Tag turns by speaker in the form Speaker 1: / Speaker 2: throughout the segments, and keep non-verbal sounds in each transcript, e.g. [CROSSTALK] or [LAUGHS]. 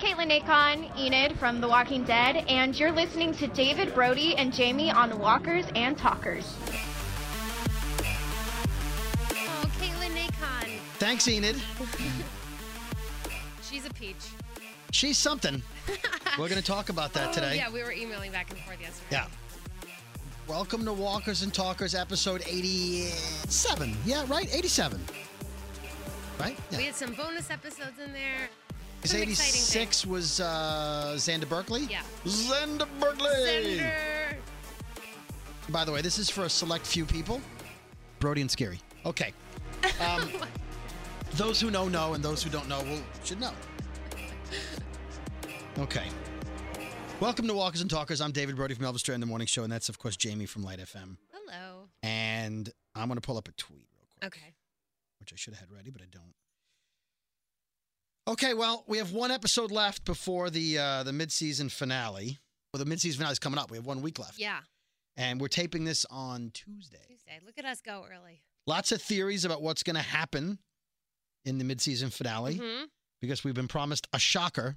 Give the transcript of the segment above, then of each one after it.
Speaker 1: Nakon, Enid from The Walking Dead, and you're listening to David Brody and Jamie on Walkers and Talkers.
Speaker 2: Oh, Caitlin Nacon.
Speaker 3: Thanks, Enid.
Speaker 2: She's a peach.
Speaker 3: She's
Speaker 2: [LAUGHS]
Speaker 3: something. We're going to talk about that
Speaker 2: Oh,
Speaker 3: today.
Speaker 2: yeah, we were emailing back and forth yesterday.
Speaker 3: Yeah. Welcome to Walkers and Talkers, episode 87. Yeah, right? 87. Right? Yeah.
Speaker 2: We had some bonus episodes in there.
Speaker 3: Because
Speaker 2: Some exciting
Speaker 3: 86 was uh, Xander Berkeley.
Speaker 2: Yeah.
Speaker 3: Xander Berkeley.
Speaker 2: things. Xander.
Speaker 3: By the way, this is for a select few people. Brody and Scary. Okay.
Speaker 2: [LAUGHS]
Speaker 3: Um, those who know know, and those who don't know will should know. Okay. Welcome to Walkers and Talkers. I'm David Brody from Elvis Duran the Morning Show, and that's of course Jamie from Light FM.
Speaker 2: Hello.
Speaker 3: And I'm gonna pull up a tweet real quick,
Speaker 2: Okay.
Speaker 3: which I should have had ready, but I don't. Okay, well, we have one episode left before the uh, the midseason finale. Well, the midseason finale is coming up. We have one week left,
Speaker 2: Yeah.
Speaker 3: and we're taping this on Tuesday.
Speaker 2: Tuesday. Look at us go early.
Speaker 3: Lots of theories about what's going to happen in the midseason finale
Speaker 2: hmm
Speaker 3: because we've been promised a shocker,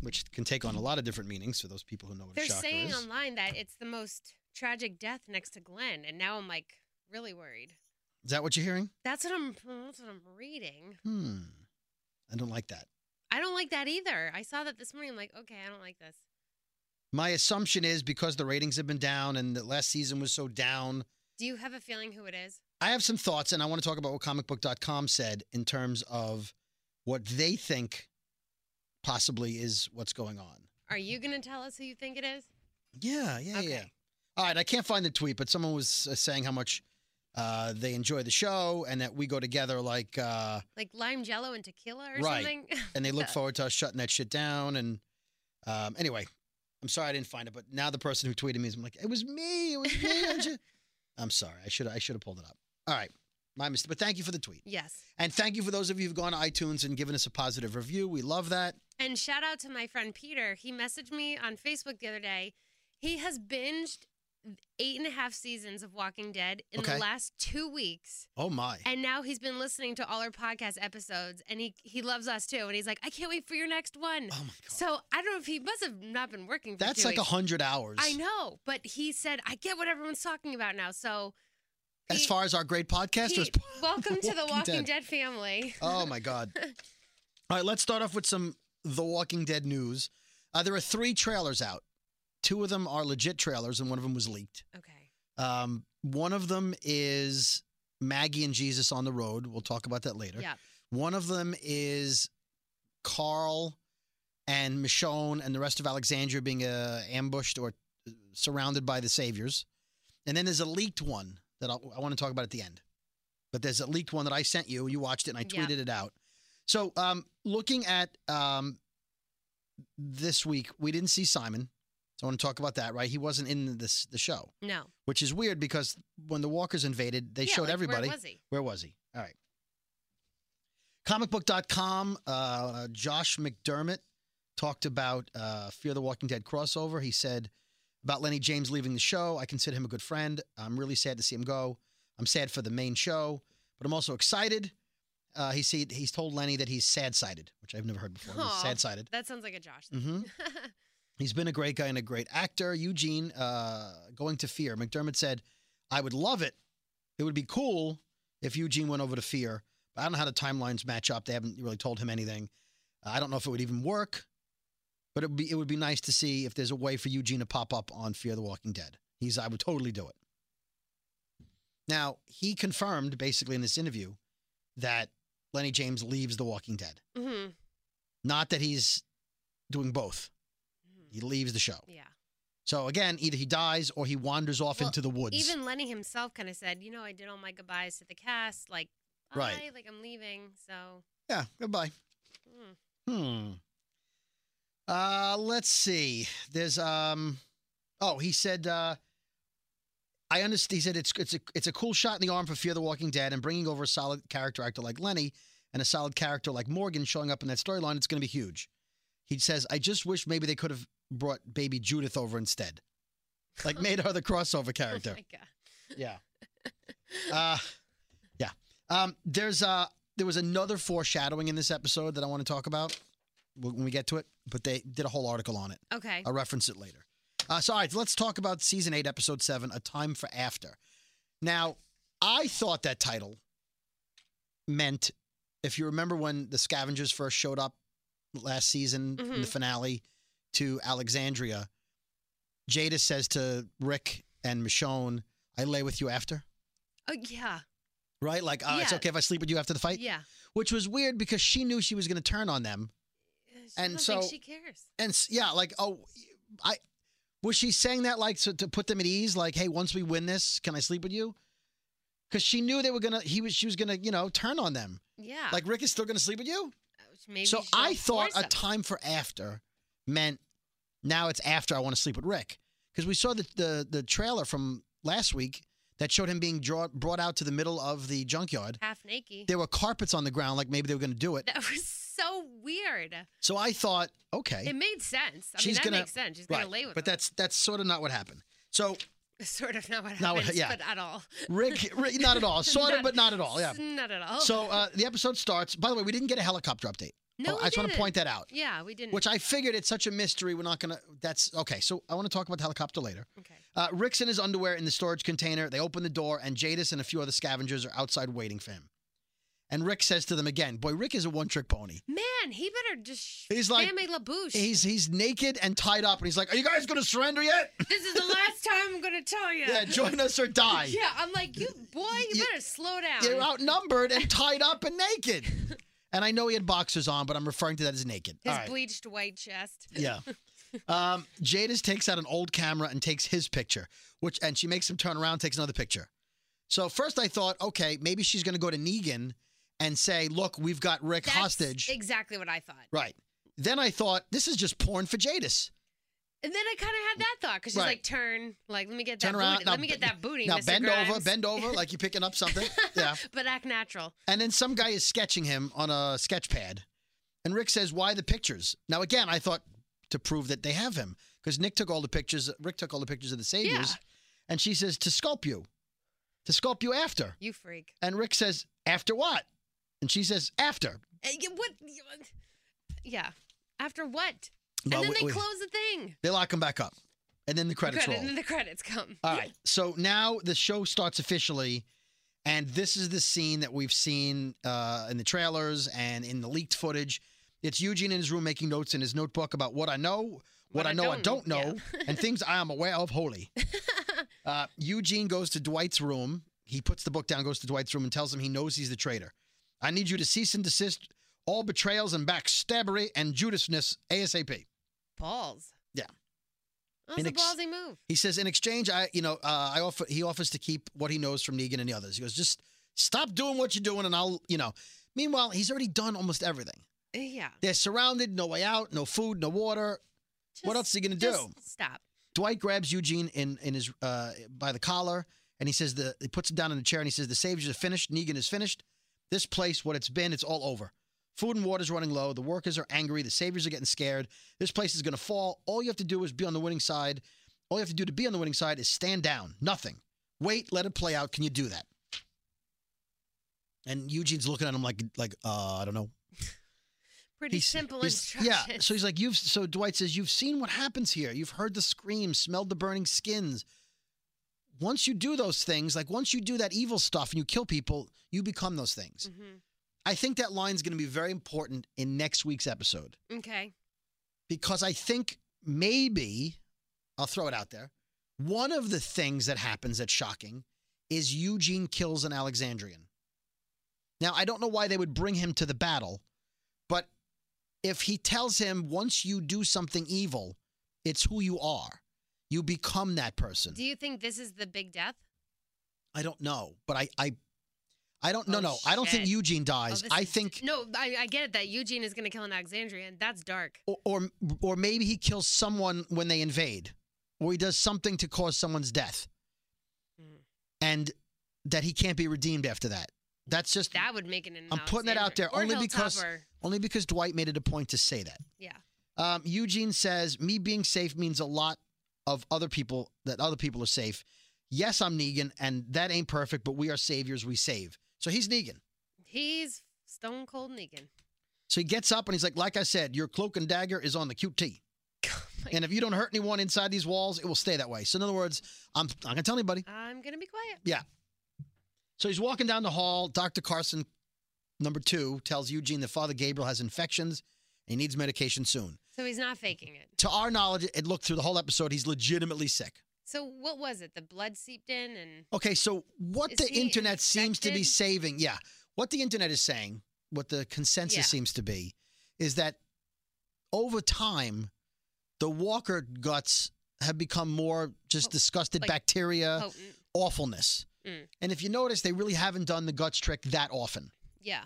Speaker 3: which can take on a lot of different meanings for those people who know what
Speaker 2: They're
Speaker 3: a shocker
Speaker 2: saying
Speaker 3: is.
Speaker 2: online that it's the most tragic death next to Glenn, and now I'm like really worried.
Speaker 3: Is that what you're hearing?
Speaker 2: That's what I'm. That's what I'm reading.
Speaker 3: Hmm. I don't like that.
Speaker 2: I don't like that either. I saw that this morning. I'm like, okay, I don't like this.
Speaker 3: My assumption is because the ratings have been down and the last season was so down.
Speaker 2: Do you have a feeling who it is?
Speaker 3: I have some thoughts, and I want to talk about what comicbook.com said in terms of what they think possibly is what's going on.
Speaker 2: Are you gonna tell us who you think it is?
Speaker 3: Yeah, yeah,
Speaker 2: Okay.
Speaker 3: yeah. All right, I can't find the tweet, but someone was uh, saying how much uh, they enjoy the show and that we go together like, uh,
Speaker 2: Like lime jello and tequila or
Speaker 3: Right.
Speaker 2: something? [LAUGHS]
Speaker 3: and they look
Speaker 2: Yeah.
Speaker 3: forward to us shutting that shit down. And um, anyway, I'm sorry I didn't find it, but now the person who tweeted me is I'm like, it was me, it was me. I
Speaker 2: [LAUGHS]
Speaker 3: ju-" I'm sorry, I should I should have pulled it up. All right, my mistake. But thank you for the tweet,
Speaker 2: yes.
Speaker 3: and thank you for those of you who've gone to iTunes and given us a positive review. We love that.
Speaker 2: And shout out to my friend Peter. He messaged me on Facebook the other day. He has binged eight and a half seasons of Walking Dead in
Speaker 3: Okay.
Speaker 2: the last two weeks.
Speaker 3: Oh my,
Speaker 2: And now he's been listening to all our podcast episodes and he, he loves us too. And he's like, I can't wait for your next one.
Speaker 3: oh my god,
Speaker 2: So I don't know if he must have not been working for
Speaker 3: that's
Speaker 2: two
Speaker 3: like a
Speaker 2: weeks.
Speaker 3: hundred hours.
Speaker 2: I know, but he said, I get what everyone's talking about now. So
Speaker 3: As
Speaker 2: Pete-
Speaker 3: far as our great [LAUGHS] podcasters,
Speaker 2: Pete, welcome to the
Speaker 3: Walking
Speaker 2: Walking
Speaker 3: Dead. [LAUGHS]
Speaker 2: Dead family.
Speaker 3: Oh my God. All right, let's start off with some The Walking Dead news. Uh, there are three trailers out. Two of them are legit trailers, and one of them was leaked.
Speaker 2: Okay.
Speaker 3: Um, one of them is Maggie and Jesus on the road. We'll talk about that later.
Speaker 2: Yeah.
Speaker 3: One of them is Carl and Michonne and the rest of Alexandria being uh, ambushed or uh, surrounded by the saviors. And then there's a leaked one that I'll, I want to talk about at the end. But there's a leaked one that I sent you. You watched it and I
Speaker 2: Yeah.
Speaker 3: tweeted it out. So um, looking at um, this week, we didn't see Simon. So I want to talk about that, right? He wasn't in this the show,
Speaker 2: No.
Speaker 3: which is weird because when the Walkers invaded, they
Speaker 2: Yeah,
Speaker 3: showed
Speaker 2: like,
Speaker 3: everybody.
Speaker 2: Where was he?
Speaker 3: Where was he? All right. Comicbook.com, uh, Josh McDermott talked about uh, Fear the Walking Dead crossover. He said about Lenny James leaving the show. I consider him a good friend. I'm really sad to see him go. I'm sad for the main show, but I'm also excited. Uh, he said he's told Lenny that he's sad sided, which I've never heard before.
Speaker 2: Aw.
Speaker 3: Sad sided.
Speaker 2: That sounds like a Josh. thing.
Speaker 3: hmm He's been a great guy and a great actor. Eugene, uh, going to Fear. McDermott said, I would love it. It would be cool if Eugene went over to Fear. But I don't know how the timelines match up. They haven't really told him anything. Uh, I don't know if it would even work, but it would be, it would be nice to see if there's a way for Eugene to pop up on Fear the Walking Dead. He's, I would totally do it. Now, he confirmed basically in this interview that Lenny James leaves The Walking Dead.
Speaker 2: hmm
Speaker 3: Not that he's doing both,
Speaker 2: Mhm.
Speaker 3: he leaves the show.
Speaker 2: Yeah.
Speaker 3: So again, either he dies or he wanders off
Speaker 2: Well,
Speaker 3: into the woods.
Speaker 2: Even Lenny himself kind of said, you know, I did all my goodbyes to the cast. Like, bye.
Speaker 3: Right.
Speaker 2: Like, I'm leaving. So,
Speaker 3: yeah, goodbye.
Speaker 2: mm.
Speaker 3: Hmm. Uh, let's see. There's um. Oh, he said. Uh, I understand. He said it's it's a it's a cool shot in the arm for Fear the Walking Dead, and bringing over a solid character actor like Lenny and a solid character like Morgan showing up in that storyline, it's going to be huge. He says, "I just wish maybe they could have brought Baby Judith over instead, like made her the crossover
Speaker 2: Oh [LAUGHS]
Speaker 3: character."
Speaker 2: my God.
Speaker 3: Yeah. Uh, yeah. Um, there's uh there was another foreshadowing in this episode that I want to talk about. wh- when we get to it, but they did a whole article on it.
Speaker 2: Okay.
Speaker 3: I'll reference it later. Uh, so, all right, let's talk about season eight, episode seven, A Time for After. Now, I thought that title meant, if you remember when the scavengers first showed up last season in the
Speaker 2: Mhm.
Speaker 3: finale to Alexandria, Jada says to Rick and Michonne, I lay with you after,
Speaker 2: Oh yeah.
Speaker 3: right? Like, uh, it's
Speaker 2: Yeah.
Speaker 3: okay if I sleep with you after the fight,
Speaker 2: Yeah.
Speaker 3: which was weird because she knew she was going to turn on them.
Speaker 2: I
Speaker 3: And
Speaker 2: don't
Speaker 3: so-
Speaker 2: think she cares.
Speaker 3: And s- yeah, like oh, I was she saying that like so to put them at ease, like hey, once we win this, can I sleep with you? Because she knew they were gonna, he was, she was gonna, you know, turn on them.
Speaker 2: Yeah. uh,
Speaker 3: Like Rick is still gonna sleep with you.
Speaker 2: Ah. maybe
Speaker 3: so
Speaker 2: she'll
Speaker 3: I thought
Speaker 2: force
Speaker 3: a
Speaker 2: him.
Speaker 3: time for after meant now it's after I want to sleep with Rick because we saw the, the the trailer from last week that showed him being draw, brought out to the middle of the junkyard.
Speaker 2: half naked.
Speaker 3: There were carpets on the ground, like maybe they were gonna do it.
Speaker 2: That was so weird.
Speaker 3: So I thought, okay,
Speaker 2: It made sense. I
Speaker 3: She's
Speaker 2: mean, that
Speaker 3: gonna-
Speaker 2: makes sense. She's gonna
Speaker 3: right.
Speaker 2: lay with
Speaker 3: but
Speaker 2: him.
Speaker 3: that's that's sort of not what happened. So
Speaker 2: [LAUGHS] sort of not what
Speaker 3: Not what-
Speaker 2: happens,
Speaker 3: yeah.
Speaker 2: but at all. [LAUGHS]
Speaker 3: Rick, Rick not at all. Sort of,
Speaker 2: Not-
Speaker 3: but not at all. Yeah.
Speaker 2: [LAUGHS] Not at all.
Speaker 3: So uh, the episode starts. By the way, we didn't get a helicopter update.
Speaker 2: no,
Speaker 3: Oh,
Speaker 2: we
Speaker 3: I just want to
Speaker 2: didn't.
Speaker 3: point that out.
Speaker 2: Yeah, we didn't.
Speaker 3: Which I figured it's such a mystery. We're not gonna. That's okay. So I want to talk about the helicopter later.
Speaker 2: okay.
Speaker 3: Uh, Rick's in his underwear in the storage container. They open the door, and Jadis and a few other scavengers are outside waiting for him. And Rick says to them again, "Boy, Rick is a one-trick pony.
Speaker 2: Man, he better just.
Speaker 3: He's like-
Speaker 2: Family LaBouche.
Speaker 3: He's he's naked and tied up, and he's like, "Are you guys gonna surrender
Speaker 2: [LAUGHS]
Speaker 3: yet?
Speaker 2: This is the last time I'm gonna tell you.
Speaker 3: Yeah, join us or die."
Speaker 2: Yeah, I'm like you, boy. You,
Speaker 3: You-
Speaker 2: better slow down.
Speaker 3: They're outnumbered
Speaker 2: [LAUGHS]
Speaker 3: and tied up and naked. And I know he had boxers on, but I'm referring to that as naked.
Speaker 2: His
Speaker 3: All right.
Speaker 2: bleached white chest.
Speaker 3: Yeah. Um, Jadis takes out an old camera and takes his picture, which and she makes him turn around, and takes another picture. So first I thought, okay, maybe she's going to go to Negan and say, "Look, we've got Rick
Speaker 2: That's
Speaker 3: hostage."
Speaker 2: Exactly what I thought.
Speaker 3: right. Then I thought, this is just porn for Jadis.
Speaker 2: And then I kind of had that thought because she's
Speaker 3: Right.
Speaker 2: like, turn, like, let me get
Speaker 3: Turn
Speaker 2: that
Speaker 3: around.
Speaker 2: booty.
Speaker 3: Now
Speaker 2: let me get
Speaker 3: ben-
Speaker 2: that booty.
Speaker 3: now
Speaker 2: Mr.
Speaker 3: bend over,
Speaker 2: Grimes."
Speaker 3: bend over, like you're picking up
Speaker 2: [LAUGHS]
Speaker 3: something. Yeah.
Speaker 2: but act natural.
Speaker 3: And then some guy is sketching him on a sketch pad. And Rick says, Why the pictures? Now, again, I thought to prove that they have him because Nick took all the pictures, Rick took all the pictures of the saviors.
Speaker 2: Yeah.
Speaker 3: And she says, To sculpt you, to sculpt you after.
Speaker 2: You freak.
Speaker 3: And Rick says, After what? And she says, After.
Speaker 2: Uh, yeah, What? Yeah. After what?
Speaker 3: Well,
Speaker 2: and then
Speaker 3: we-
Speaker 2: they
Speaker 3: we-
Speaker 2: close the thing.
Speaker 3: They lock him back up. And then the credits
Speaker 2: Credit,
Speaker 3: roll.
Speaker 2: and then the credits come.
Speaker 3: [LAUGHS] All right. So now the show starts officially, and this is the scene that we've seen uh, in the trailers and in the leaked footage. It's Eugene in his room making notes in his notebook about what I know, what, I, know I don't know, and things I am aware of wholly. [LAUGHS] uh, Eugene goes to Dwight's room. He puts the book down, goes to Dwight's room, and tells him he knows he's the traitor. I need you to cease and desist all betrayals and backstabbery and Judasness ASAP.
Speaker 2: Balls.
Speaker 3: Yeah.
Speaker 2: That was
Speaker 3: In
Speaker 2: a
Speaker 3: ex-
Speaker 2: ballsy move.
Speaker 3: He says, in exchange, I, you know, uh, I offer. He offers to keep what he knows from Negan and the others. He goes, just stop doing what you're doing, and I'll, you know. Meanwhile, he's already done almost everything.
Speaker 2: Uh, Yeah.
Speaker 3: They're surrounded, no way out, no food, no water. What else
Speaker 2: Just-
Speaker 3: are you gonna
Speaker 2: just Stop.
Speaker 3: Dwight grabs Eugene in in his uh, by the collar, and he says, the he puts him down in a chair, and he says, the saviors are finished. Negan is finished. This place, what it's been, it's all over. Food and water's running low. The workers are angry. The saviors are getting scared. This place is gonna fall. All you have to do is be on the winning side. All you have to do to be on the winning side is stand down. Nothing. Wait, let it play out. Can you do that? And Eugene's looking at him like, like, uh, I don't know.
Speaker 2: Pretty
Speaker 3: He's-
Speaker 2: simple
Speaker 3: he's-
Speaker 2: instructions.
Speaker 3: Yeah. So he's like, you've. So Dwight says, you've seen what happens here. You've heard the screams, smelled the burning skins. Once you do those things, like once you do that evil stuff and you kill people, you become those things.
Speaker 2: Mhm.
Speaker 3: I think that line's going to be very important in next week's episode
Speaker 2: Okay.
Speaker 3: because I think maybe I'll throw it out there. One of the things that happens that's shocking is Eugene kills an Alexandrian. Now, I don't know why they would bring him to the battle, but if he tells him once you do something evil, it's who you are. You become that person.
Speaker 2: Do you think this is the big death?
Speaker 3: I don't know, but I I I don't no
Speaker 2: Oh,
Speaker 3: no, I don't think
Speaker 2: shit.
Speaker 3: Eugene
Speaker 2: Oh,
Speaker 3: dies.
Speaker 2: this
Speaker 3: I
Speaker 2: is-
Speaker 3: think [LAUGHS]
Speaker 2: [LAUGHS] No, I, I get it that Eugene is going to kill an Alexandrian. That's dark.
Speaker 3: or, or or maybe he kills someone when they invade, or he does something to cause someone's death,
Speaker 2: Mm.
Speaker 3: and that he can't be redeemed after that. That's just
Speaker 2: That would make it an.
Speaker 3: I'm putting it out
Speaker 2: Alexandrian.
Speaker 3: there
Speaker 2: Or
Speaker 3: only
Speaker 2: Hilltop
Speaker 3: because-
Speaker 2: or-
Speaker 3: only because Dwight made it a point to say that.
Speaker 2: yeah.
Speaker 3: Um, Eugene says, "Me being safe means a lot of other people that other people are safe. Yes, I'm Negan, and that ain't perfect, but we are saviors. We save. So he's Negan.
Speaker 2: He's stone cold Negan.
Speaker 3: So he gets up and he's like, like I said, your cloak and dagger is on the QT. And if you don't hurt anyone inside these walls, it will stay that way. So in other words, I'm not gonna tell anybody.
Speaker 2: I'm gonna be quiet.
Speaker 3: So he's walking down the hall. Dr. Carson, number two, tells Eugene that Father Gabriel has infections and he needs medication soon.
Speaker 2: So he's not faking it.
Speaker 3: To our knowledge, it looked through the whole episode, he's legitimately sick.
Speaker 2: So what was it? The blood seeped in, and
Speaker 3: Okay, so what
Speaker 2: Is
Speaker 3: the
Speaker 2: he
Speaker 3: internet seems to be
Speaker 2: infected?
Speaker 3: saving, yeah, what the internet is saying, what the consensus
Speaker 2: Yeah.
Speaker 3: seems to be, is that over time, the Walker guts have become more just
Speaker 2: Oh,
Speaker 3: disgusted
Speaker 2: like
Speaker 3: bacteria,
Speaker 2: potent.
Speaker 3: awfulness.
Speaker 2: Mm.
Speaker 3: And if you notice, they really haven't done the guts trick that often.
Speaker 2: Yeah,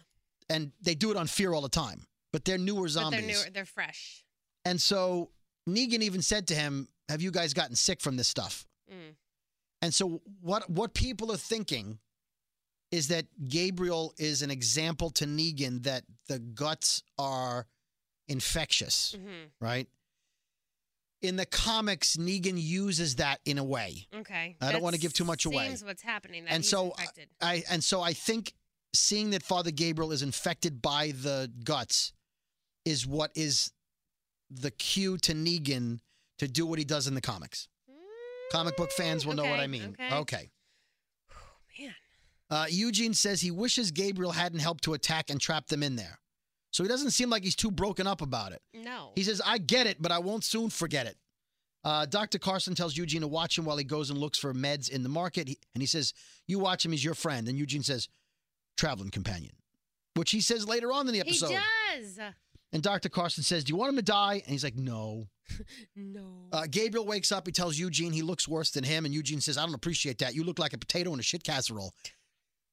Speaker 3: and they do it on fear all the time. But they're newer
Speaker 2: but
Speaker 3: zombies.
Speaker 2: they're newer, they're fresh.
Speaker 3: And so Negan even said to him, Have you guys gotten sick from this stuff?
Speaker 2: Mm.
Speaker 3: And so what what people are thinking is that Gabriel is an example to Negan that the guts are infectious,
Speaker 2: hmm
Speaker 3: right? In the comics, Negan uses that in a way.
Speaker 2: Okay.
Speaker 3: I don't
Speaker 2: That
Speaker 3: wanna give too much away.
Speaker 2: Seems what's happening. That
Speaker 3: And
Speaker 2: he's
Speaker 3: so, uh,
Speaker 2: infected.
Speaker 3: I and so I think seeing that Father Gabriel is infected by the guts is what is the cue to Negan to do what he does in the comics.
Speaker 2: Mm,
Speaker 3: Comic book fans will know what
Speaker 2: Okay,
Speaker 3: I mean.
Speaker 2: Okay. Man.
Speaker 3: Uh, Eugene says he wishes Gabriel hadn't helped to attack and trap them in there. So he doesn't seem like he's too broken up about it.
Speaker 2: No.
Speaker 3: He says, I get it, but I won't soon forget it. Uh, Dr. Carson tells Eugene to watch him while he goes and looks for meds in the market. He, and he says, You watch him, he's your friend. And Eugene says, Traveling companion, which he says later on in the
Speaker 2: he
Speaker 3: episode.
Speaker 2: does.
Speaker 3: And Dr. Carson says, Do you want him to die? And he's like, No.
Speaker 2: No.
Speaker 3: Uh, Gabriel wakes up. He tells Eugene he looks worse than him. And Eugene says, I don't appreciate that. You look like a potato in a shit casserole.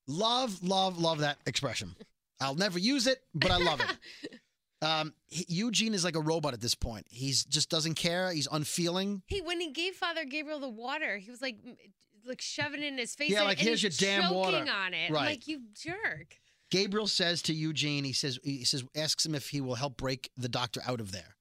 Speaker 3: Love, love, love that expression. I'll never use it, but I love it. Um, he- Eugene is like a robot at this point. He's just doesn't care. He's unfeeling.
Speaker 2: He when he gave Father Gabriel the water, he was like, m- like shoving it in his face.
Speaker 3: Yeah,
Speaker 2: and-
Speaker 3: like,
Speaker 2: and
Speaker 3: "Here's
Speaker 2: he's
Speaker 3: your damn water."
Speaker 2: choking on it. I'm
Speaker 3: Right.
Speaker 2: like you jerk.
Speaker 3: Gabriel says to Eugene, he says, he says, asks him if he will help break the doctor out of there,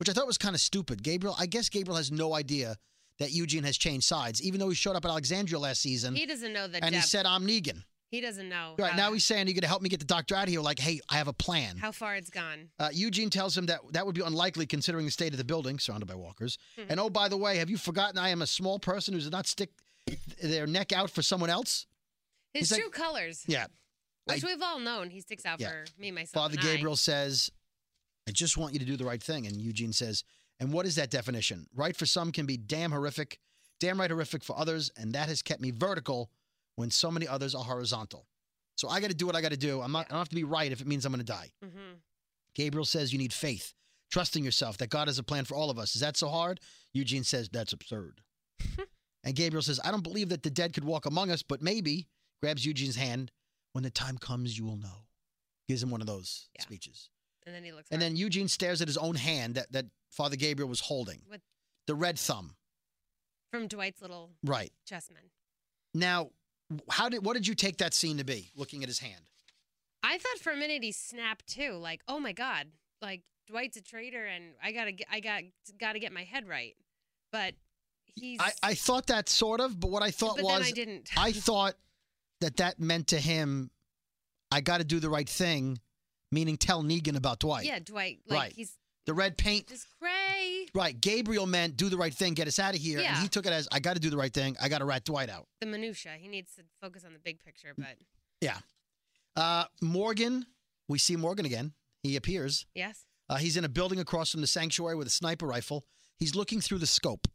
Speaker 3: which I thought was kind of stupid. Gabriel, I guess Gabriel has no idea that Eugene has changed sides, even though he showed up at Alexandria last season
Speaker 2: He doesn't know the
Speaker 3: and he
Speaker 2: depth.
Speaker 3: said, "I'm Negan."
Speaker 2: he doesn't know.
Speaker 3: Right
Speaker 2: how,
Speaker 3: now, he's saying, "Are you going to help me get the doctor out of here?" Like, hey, I have a plan.
Speaker 2: how far it's gone.
Speaker 3: Uh, Eugene tells him that that would be unlikely considering the state of the building, surrounded by walkers.
Speaker 2: Mhm.
Speaker 3: And oh, by the way, have you forgotten I am a small person who does not stick their neck out for someone else?
Speaker 2: His
Speaker 3: He's like-
Speaker 2: true colors,
Speaker 3: Yeah.
Speaker 2: which we've all known, he sticks out
Speaker 3: Yeah.
Speaker 2: for me myself.
Speaker 3: Father
Speaker 2: and I.
Speaker 3: Gabriel says, I just want you to do the right thing. And Eugene says, And what is that definition? Right for some can be damn horrific, damn right horrific for others. And that has kept me vertical when so many others are horizontal. So I got to do what I got to do. I'm not, I don't have to be right if it means I'm going to die.
Speaker 2: Mhm.
Speaker 3: Gabriel says, You need faith, trusting yourself that God has a plan for all of us. Is that so hard? Eugene says, That's
Speaker 2: [LAUGHS]
Speaker 3: absurd. and Gabriel says, I don't believe that the dead could walk among us, but maybe, grabs Eugene's hand. When the time comes, you will know. Gives him one of those
Speaker 2: Yeah.
Speaker 3: speeches.
Speaker 2: And then he looks.
Speaker 3: And
Speaker 2: hard.
Speaker 3: then Eugene stares at his own hand that, that Father Gabriel was holding.
Speaker 2: What-
Speaker 3: The red thumb.
Speaker 2: from Dwight's little
Speaker 3: Right.
Speaker 2: chessman.
Speaker 3: Now, how did what did you take that scene to be, looking at his hand?
Speaker 2: I thought for a minute he snapped too. Like, oh my god, like Dwight's a traitor, and I gotta, get, I got, gotta get my head right. But he's.
Speaker 3: I, I thought that sort of, but what I thought
Speaker 2: but
Speaker 3: was
Speaker 2: then I didn't.
Speaker 3: I thought that that meant to him, I got to do the right thing, meaning tell Negan about Dwight.
Speaker 2: yeah, Dwight. Like
Speaker 3: Right.
Speaker 2: he's
Speaker 3: The red paint.
Speaker 2: just gray.
Speaker 3: Right. Gabriel meant do the right thing, get us out of here. And
Speaker 2: Yeah.
Speaker 3: he took it as I got to do the right thing. I got to rat Dwight out.
Speaker 2: The minutia. He needs to focus on the big picture. But
Speaker 3: Uh, Morgan, we see Morgan again. He appears.
Speaker 2: yes,
Speaker 3: Uh, he's in a building across from the sanctuary with a sniper rifle. He's looking through the scope,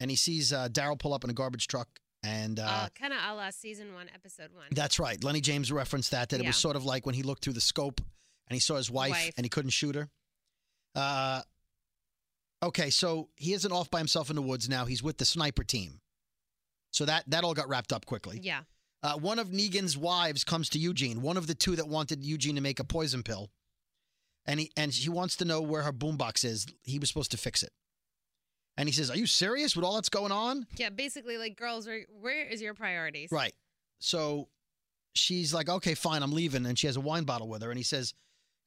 Speaker 3: and he sees uh, Daryl pull up in a garbage truck. And
Speaker 2: uh,
Speaker 3: uh,
Speaker 2: kind of a la season one, episode one.
Speaker 3: that's right. Lenny James referenced that that it
Speaker 2: Yeah.
Speaker 3: was sort of like when he looked through the scope and he saw his wife,
Speaker 2: Wife.
Speaker 3: and he couldn't shoot her. Uh, okay, so he isn't off by himself in the woods now. He's with the sniper team. So that that all got wrapped up quickly.
Speaker 2: yeah,
Speaker 3: Uh, one of Negan's wives comes to Eugene, one of the two that wanted Eugene to make a poison pill, and he and she wants to know where her boombox is. He was supposed to fix it, and he says, "Are you serious with all that's going on?"
Speaker 2: yeah. Basically, like girls, where, where is your priorities?
Speaker 3: Right. So she's like, "Okay, fine, I'm leaving," and she has a wine bottle with her, and he says,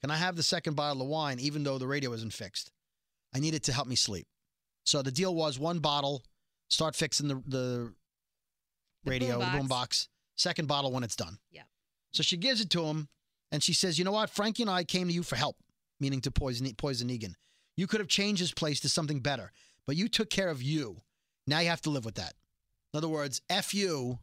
Speaker 3: "Can I have the second bottle of wine, even though the radio isn't fixed? I need it to help me sleep." So the deal was one bottle, start fixing the the
Speaker 2: The
Speaker 3: radio, the
Speaker 2: boombox.
Speaker 3: boombox. Second bottle when it's done.
Speaker 2: Yep.
Speaker 3: So she gives it to him, And she says, You know what? Frankie and I came to you for help, meaning to Poison, Poison Egan. You could have changed his place to something better, but you took care of you. Now you have to live with that. In other words, F you,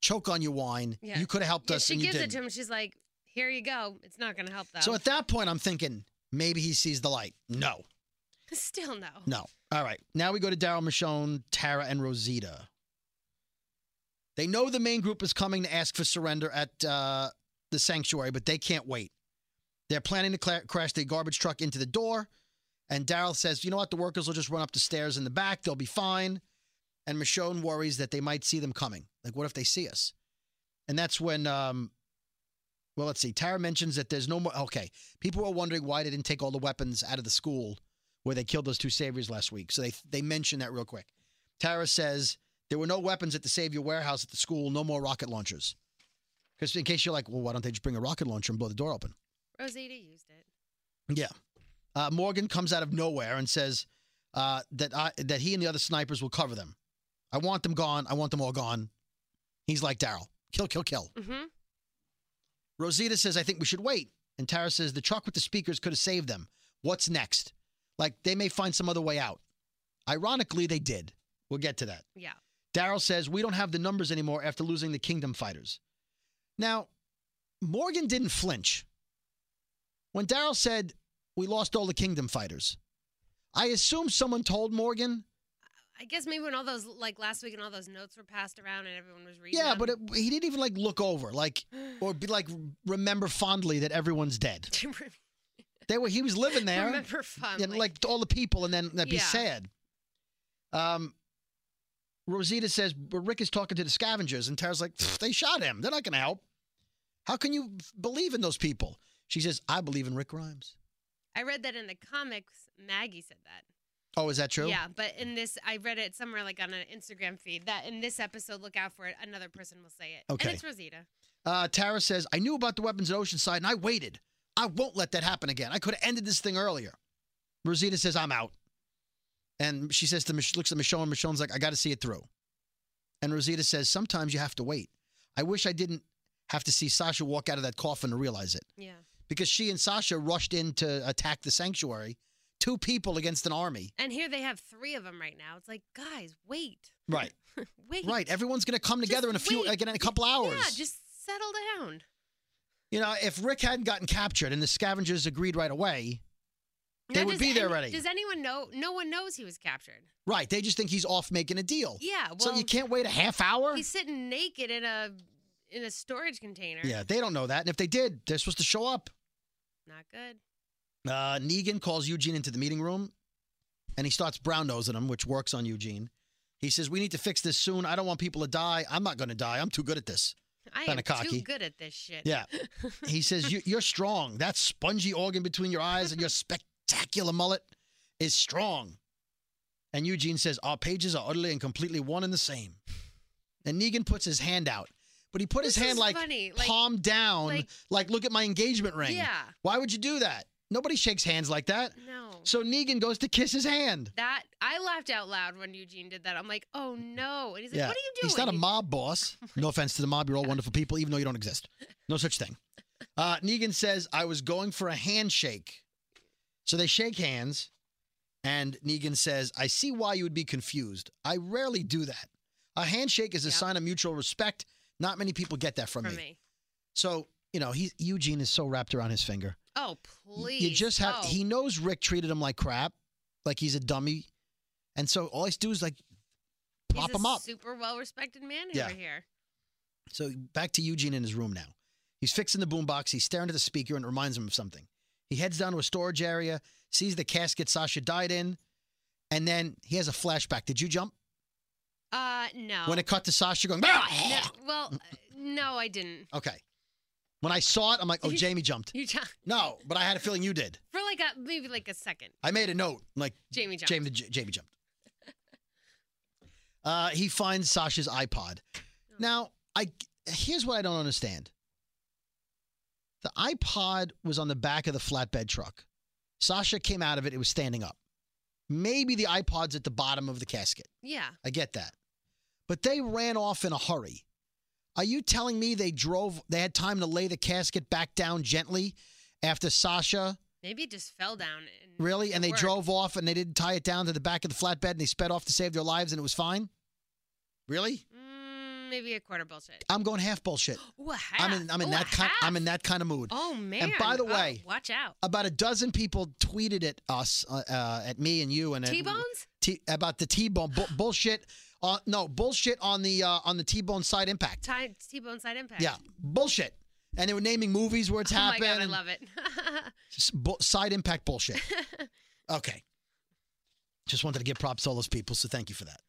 Speaker 3: choke on your wine.
Speaker 2: Yeah.
Speaker 3: You could have helped
Speaker 2: Yeah,
Speaker 3: us
Speaker 2: she
Speaker 3: and you
Speaker 2: gives it
Speaker 3: didn't.
Speaker 2: to him. She's like, "Here you go. It's not gonna help though."
Speaker 3: so at that point, I'm thinking, maybe he sees the light. No,
Speaker 2: [LAUGHS] Still no.
Speaker 3: no. All right. Now we go to Daryl Michonne, Tara, and Rosita. They know the main group is coming to ask for surrender at uh, the sanctuary, but they can't wait. They're planning to cla crash the garbage truck into the door. And Daryl says, you know what? The workers will just run up the stairs in the back. They'll be fine. And Michonne worries that they might see them coming. Like, what if they see us? And that's when, um, well, let's see. Tara mentions that there's no more. Okay. People were wondering why they didn't take all the weapons out of the school where they killed those two saviors last week. So they, they mention that real quick. Tara says, there were no weapons at the savior warehouse at the school, no more rocket launchers. Because in case you're like, well, why don't they just bring a rocket launcher and blow the door open?
Speaker 2: Rosita used it.
Speaker 3: Yeah. Uh, Morgan comes out of nowhere and says uh, that I, that he and the other snipers will cover them. I want them gone. I want them all gone. He's like Daryl. Kill, kill, kill.
Speaker 2: Mm-hmm.
Speaker 3: Rosita says, I think we should wait. And Tara says, the truck with the speakers could have saved them. What's next? Like, they may find some other way out. Ironically, they did. We'll get to that.
Speaker 2: Yeah.
Speaker 3: Daryl says, We don't have the numbers anymore after losing the Kingdom fighters. Now, Morgan didn't flinch. When Daryl said, We lost all the Kingdom fighters, I assume someone told Morgan,
Speaker 2: I guess maybe when all those like last week and all those notes were passed around and everyone was reading.
Speaker 3: Yeah,
Speaker 2: them. [LAUGHS]
Speaker 3: but it, he didn't even like look over, like, or be like, remember fondly that everyone's dead. They were, he was living there.
Speaker 2: [LAUGHS] remember fun.
Speaker 3: and like all the people, and then that'd be
Speaker 2: Yeah.
Speaker 3: sad. Um, Rosita says, but Rick is talking to the scavengers, and Tara's like, "Pfft, they shot him. They're not going to help. How can you f- believe in those people? She says, I believe in Rick Grimes.
Speaker 2: I read that in the comics. Maggie said that.
Speaker 3: Oh, is that true?
Speaker 2: Yeah, but in this, I read it somewhere like on an Instagram feed that in this episode, look out for it. Another person will say it.
Speaker 3: Okay.
Speaker 2: And it's Rosita.
Speaker 3: Uh, Tara says, I knew about the weapons at Oceanside, and I waited. I won't let that happen again. I could have ended this thing earlier. Rosita says, I'm out. And she says to Mich- looks at Michonne, and Michonne's like, I got to see it through. And Rosita says, Sometimes you have to wait. I wish I didn't have to see Sasha walk out of that coffin to realize it
Speaker 2: Yeah.
Speaker 3: because she and Sasha rushed in to attack the sanctuary, two people against an army.
Speaker 2: And here they have three of them right now. It's like, guys, wait. [LAUGHS]
Speaker 3: Right.
Speaker 2: Wait.
Speaker 3: Right. Everyone's going to come
Speaker 2: Just
Speaker 3: together in a few,
Speaker 2: wait.
Speaker 3: like in a couple hours.
Speaker 2: Yeah, just settle down.
Speaker 3: you know, if Rick hadn't gotten captured and the scavengers agreed right away, They
Speaker 2: Now,
Speaker 3: would
Speaker 2: does
Speaker 3: be there
Speaker 2: any-
Speaker 3: already.
Speaker 2: Does anyone know? No one knows he was captured.
Speaker 3: Right. They just think he's off making a deal.
Speaker 2: Yeah. Well,
Speaker 3: so you can't wait a half hour?
Speaker 2: he's sitting naked in a in a storage container.
Speaker 3: Yeah, they don't know that. And if they did, they're supposed to show up.
Speaker 2: Not good.
Speaker 3: Uh, Negan calls Eugene into the meeting room and he starts brown nosing him, which works on Eugene. He says, We need to fix this soon. I don't want people to die. I'm not going to die. I'm too good at this.
Speaker 2: I
Speaker 3: Kinda
Speaker 2: am
Speaker 3: cocky.
Speaker 2: too good at this [LAUGHS] shit.
Speaker 3: Yeah. He says, you, You're strong. That spongy organ between your eyes and your spectacular mullet is strong. And Eugene says, Our pages are utterly and completely one and the same. And Negan puts his hand out, but he put his
Speaker 2: This
Speaker 3: hand
Speaker 2: is
Speaker 3: like,
Speaker 2: funny. Like-
Speaker 3: palm down, like,
Speaker 2: like-
Speaker 3: look at my engagement ring.
Speaker 2: Yeah.
Speaker 3: Why would you do that? Nobody shakes hands like that.
Speaker 2: No.
Speaker 3: So Negan goes to kiss his hand.
Speaker 2: That I laughed out loud when Eugene did that. I'm like, oh no. And he's like,
Speaker 3: yeah.
Speaker 2: what are you doing?
Speaker 3: He's not a mob boss. No offense to the mob. You're all wonderful people, even though you don't exist. No such thing. Uh, Negan says, I was going for a handshake. So they shake hands. And Negan says, I see why you would be confused. I rarely do that. A handshake is a
Speaker 2: Yeah.
Speaker 3: sign of mutual respect. Not many people get that from
Speaker 2: For
Speaker 3: me.
Speaker 2: me.
Speaker 3: So, you know, he, Eugene is so wrapped around his finger.
Speaker 2: Oh
Speaker 3: Y-
Speaker 2: please.
Speaker 3: You just have.
Speaker 2: Oh,
Speaker 3: He knows Rick treated him like crap, like he's a dummy, and so all he's do is like
Speaker 2: he's
Speaker 3: plop
Speaker 2: a
Speaker 3: him up.
Speaker 2: Super well respected man
Speaker 3: Yeah.
Speaker 2: over here.
Speaker 3: So back to Eugene in his room now. He's fixing the boombox. He's staring at the speaker, and it reminds him of something. He heads down to a storage area, sees the casket Sasha died in, and then he has a flashback. Did you jump
Speaker 2: Uh no.
Speaker 3: when it cut to Sasha going? [LAUGHS] "Ah!"
Speaker 2: no well uh, no, I didn't. [LAUGHS]
Speaker 3: Okay. When I saw it, I'm like, oh, Jamie jumped.
Speaker 2: You jumped
Speaker 3: No, but I had a feeling you did.
Speaker 2: for like a maybe like a second.
Speaker 3: I made a note, like
Speaker 2: Jamie jumped.
Speaker 3: Jamie, J- Jamie jumped. Uh, he finds Sasha's iPod. Now, I here's what I don't understand. The iPod was on the back of the flatbed truck. Sasha came out of it; it was standing up. Maybe the iPod's at the bottom of the casket.
Speaker 2: Yeah.
Speaker 3: I get that, but they ran off in a hurry. Are you telling me they drove? They had time to lay the casket back down gently after Sasha.
Speaker 2: Maybe it just fell down. And
Speaker 3: Really? And
Speaker 2: it
Speaker 3: they
Speaker 2: worked.
Speaker 3: drove off and they didn't tie it down to the back of the flatbed and they sped off to save their lives and it was fine? Really?
Speaker 2: Mm, maybe a quarter bullshit.
Speaker 3: I'm going half
Speaker 2: [GASPS]
Speaker 3: bullshit.
Speaker 2: Ooh, a half.
Speaker 3: I'm in I'm in
Speaker 2: Ooh, a
Speaker 3: that kind I'm in
Speaker 2: half.
Speaker 3: that kind of mood.
Speaker 2: Oh man.
Speaker 3: by the
Speaker 2: Oh,
Speaker 3: way-
Speaker 2: watch out.
Speaker 3: About a dozen people tweeted at us, uh, uh, at me and you, and at-
Speaker 2: T bones.
Speaker 3: T- about the T-bone bu- bullshit. Uh, no bullshit on the uh, on the T-bone side impact.
Speaker 2: T bone side impact.
Speaker 3: Yeah, bullshit. And they were naming movies where it's
Speaker 2: Oh my
Speaker 3: happened.
Speaker 2: god, I
Speaker 3: and
Speaker 2: love it. [LAUGHS]
Speaker 3: s- bu- side impact bullshit. okay. Just wanted to give props to all those people, so thank you for that.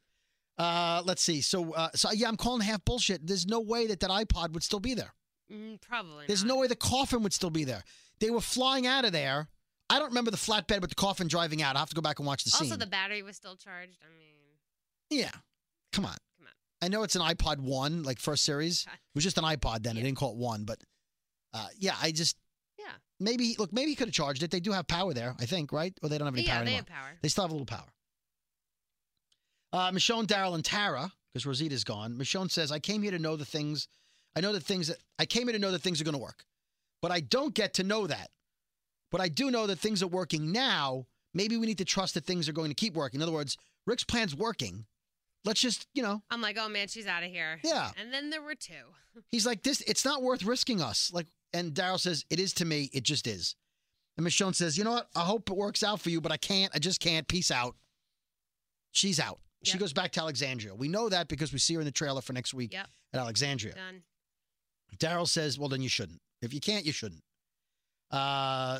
Speaker 3: Uh, let's see. So, uh, so yeah, I'm calling half bullshit. There's no way that that iPod would still be there.
Speaker 2: Mm, Probably.
Speaker 3: There's
Speaker 2: not.
Speaker 3: no way the coffin would still be there. They were flying out of there. I don't remember the flatbed with the coffin driving out. I will have to go back and watch the scene.
Speaker 2: Also, the battery was still charged. I mean,
Speaker 3: yeah, come on.
Speaker 2: Come on.
Speaker 3: I know it's an iPod one, like first series.
Speaker 2: Okay.
Speaker 3: It was just an iPod then. I
Speaker 2: Yeah.
Speaker 3: didn't call it one, but uh, yeah, I just
Speaker 2: Yeah.
Speaker 3: Maybe look, maybe he could have charged it. They do have power there, I think, right? Or they don't have any
Speaker 2: yeah,
Speaker 3: power
Speaker 2: they
Speaker 3: anymore.
Speaker 2: have power.
Speaker 3: They still have a little power. Uh, Michonne, Daryl, and Tara, because Rosita's gone. Michonne says, "I came here to know the things. I know the things that I came here to know that things are going to work, but I don't get to know that. But I do know that things are working now. Maybe we need to trust that things are going to keep working. In other words, Rick's plan's working. Let's just, you know,
Speaker 2: I'm like, oh man, she's out of here.
Speaker 3: Yeah.
Speaker 2: And then there were two.
Speaker 3: He's like, this, it's not worth risking us. Like, and Daryl says, it is to me. It just is. And Michonne says, you know what? I hope it works out for you, but I can't. I just can't. Peace out. She's out. She
Speaker 2: Yep.
Speaker 3: goes back to Alexandria. We know that because we see her in the trailer for next week
Speaker 2: Yep.
Speaker 3: at Alexandria.
Speaker 2: Done.
Speaker 3: Daryl says, well, then you shouldn't. If you can't, you shouldn't. Uh,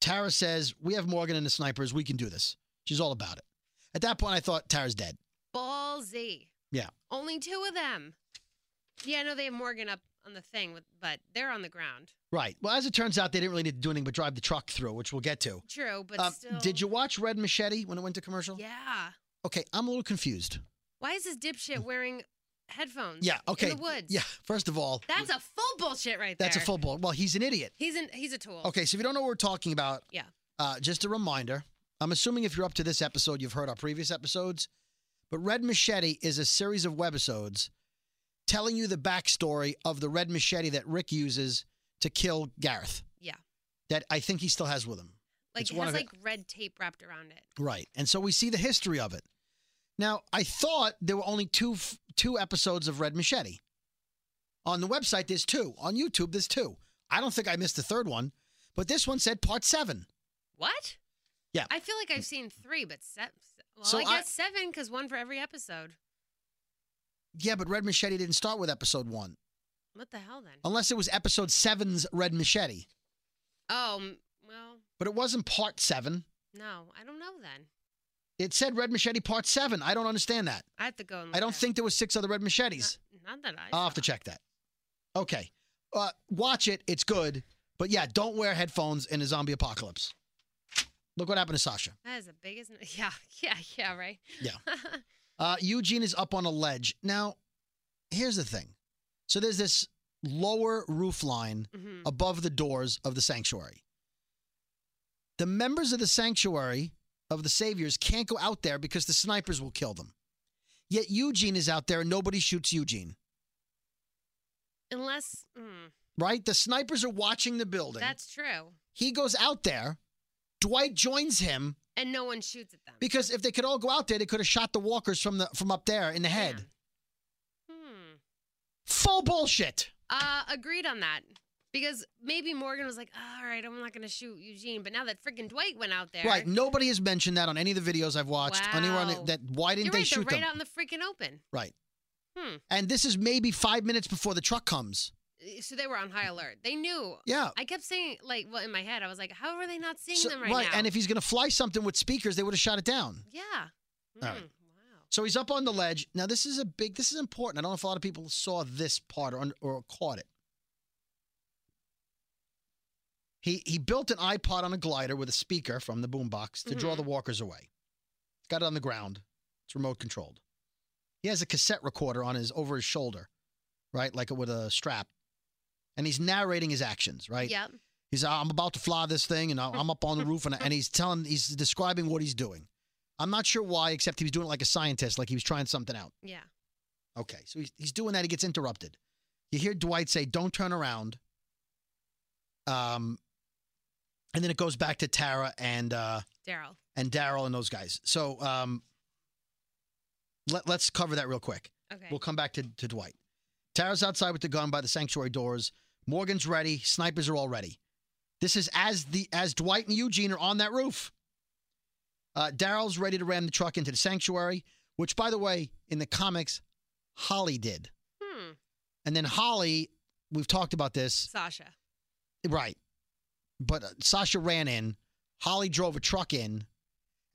Speaker 3: Tara says, we have Morgan and the snipers. We can do this. She's all about it. At that point, I thought Tara's dead.
Speaker 2: Ballsy.
Speaker 3: Yeah.
Speaker 2: Only two of them. Yeah, I know they have Morgan up on the thing, with, but they're on the ground.
Speaker 3: Right. Well, as it turns out, they didn't really need to do anything but drive the truck through, which we'll get to.
Speaker 2: True, but
Speaker 3: Um,
Speaker 2: still.
Speaker 3: Did you watch Red Machete when it went to commercial?
Speaker 2: Yeah.
Speaker 3: Okay, I'm a little confused.
Speaker 2: Why is this dipshit wearing headphones?
Speaker 3: Mm. Yeah, okay.
Speaker 2: In the woods.
Speaker 3: Yeah, first of all,
Speaker 2: That's a full bullshit right there.
Speaker 3: that's a full ball. Well, he's an idiot.
Speaker 2: He's an he's a tool.
Speaker 3: Okay, so if you don't know what we're talking about,
Speaker 2: Yeah.
Speaker 3: uh, just a reminder. I'm assuming if you're up to this episode, you've heard our previous episodes. But Red Machete is a series of webisodes telling you the backstory of the red machete that Rick uses to kill Gareth.
Speaker 2: Yeah.
Speaker 3: That I think he still has with him.
Speaker 2: Like
Speaker 3: It's
Speaker 2: it
Speaker 3: one
Speaker 2: has
Speaker 3: of it-
Speaker 2: like red tape wrapped around it.
Speaker 3: Right. And so we see the history of it. Now, I thought there were only two f- two episodes of Red Machete. On the website there's two. On YouTube there's two. I don't think I missed the third one, but this one said part 7.
Speaker 2: What?
Speaker 3: Yeah.
Speaker 2: I feel like I've seen three, but se- well,
Speaker 3: So
Speaker 2: I
Speaker 3: I-
Speaker 2: guess seven because one for every episode.
Speaker 3: Yeah, but Red Machete didn't start with episode 1
Speaker 2: What the hell then?
Speaker 3: unless it was episode 7's Red Machete.
Speaker 2: Oh, m- well,
Speaker 3: But it wasn't part 7.
Speaker 2: no, I don't know then.
Speaker 3: It said Red Machete part 7. I don't understand that.
Speaker 2: I have to go and. Look
Speaker 3: I don't
Speaker 2: at it.
Speaker 3: think Uh, there was six other Red Machetes.
Speaker 2: Not, not that I.
Speaker 3: I'll have to
Speaker 2: saw.
Speaker 3: check that. Okay. Uh, watch it. It's good. But yeah, don't wear headphones in a zombie apocalypse. Look what happened to Sasha.
Speaker 2: That is the biggest. n- [LAUGHS] Yeah, yeah, yeah. Right. [LAUGHS]
Speaker 3: Yeah. Uh, Eugene is up on a ledge. Now, here's the thing. So there's this lower roof line
Speaker 2: hmm
Speaker 3: above the doors of the sanctuary. The members of the sanctuary of the saviors can't go out there because the snipers will kill them. Yet Eugene is out there and nobody shoots Eugene,
Speaker 2: Unless mm,
Speaker 3: right? The snipers are watching the building.
Speaker 2: that's true,
Speaker 3: He goes out there. Dwight joins him
Speaker 2: and no one shoots at them.
Speaker 3: because if they could all go out there, they could have shot the walkers from the from up there in the head.
Speaker 2: Damn. Hmm.
Speaker 3: Full bullshit.
Speaker 2: Uh, agreed on that. Because maybe Morgan was like, all right, I'm not going to shoot Eugene. But now that freaking Dwight went out there.
Speaker 3: Right. Nobody has mentioned that on any of the videos I've watched. Anywhere on
Speaker 2: Wow.
Speaker 3: it, that why didn't
Speaker 2: You're
Speaker 3: they
Speaker 2: right, they're
Speaker 3: shoot
Speaker 2: right
Speaker 3: them?
Speaker 2: out in the freaking open.
Speaker 3: Right.
Speaker 2: Hmm.
Speaker 3: And this is maybe five minutes before the truck comes.
Speaker 2: Uh, So they were on high alert. They knew.
Speaker 3: Yeah.
Speaker 2: I kept saying, like, well, in my head, I was like, how are they not seeing
Speaker 3: So-
Speaker 2: them right, now?
Speaker 3: And if he's gonna fly something with speakers, they would have shot it down.
Speaker 2: yeah.
Speaker 3: All
Speaker 2: Hmm,
Speaker 3: right.
Speaker 2: Wow.
Speaker 3: So he's up on the ledge. Now this is a big. This is important. I don't know if a lot of people saw this part or or caught it. He he built an iPod on a glider with a speaker from the boombox to draw
Speaker 2: Mhm.
Speaker 3: the walkers away. Got it on the ground. It's remote controlled. He has a cassette recorder on his over his shoulder, right, like with a strap, and he's narrating his actions. Right.
Speaker 2: Yep.
Speaker 3: He's I'm about to fly this thing, and I'm up on the roof, and, and he's telling, he's describing what he's doing. I'm not sure why, except he was doing it like a scientist, like he was trying something out.
Speaker 2: Yeah.
Speaker 3: Okay, so he's, he's doing that. He gets interrupted. You hear Dwight say, "Don't turn around." Um, and then it goes back to Tara and uh,
Speaker 2: Daryl.
Speaker 3: and Daryl and those guys. So um, let, let's cover that real quick.
Speaker 2: Okay.
Speaker 3: We'll come back to, to Dwight. Tara's outside with the gun by the sanctuary doors. Morgan's ready. Snipers are all ready. This is as the as Dwight and Eugene are on that roof. Uh, Daryl's ready to ram the truck into the sanctuary, which, by the way, in the comics, Holly did.
Speaker 2: hmm.
Speaker 3: And then Holly, we've talked about this,
Speaker 2: Sasha.
Speaker 3: right? But uh, Sasha ran in. Holly drove a truck in,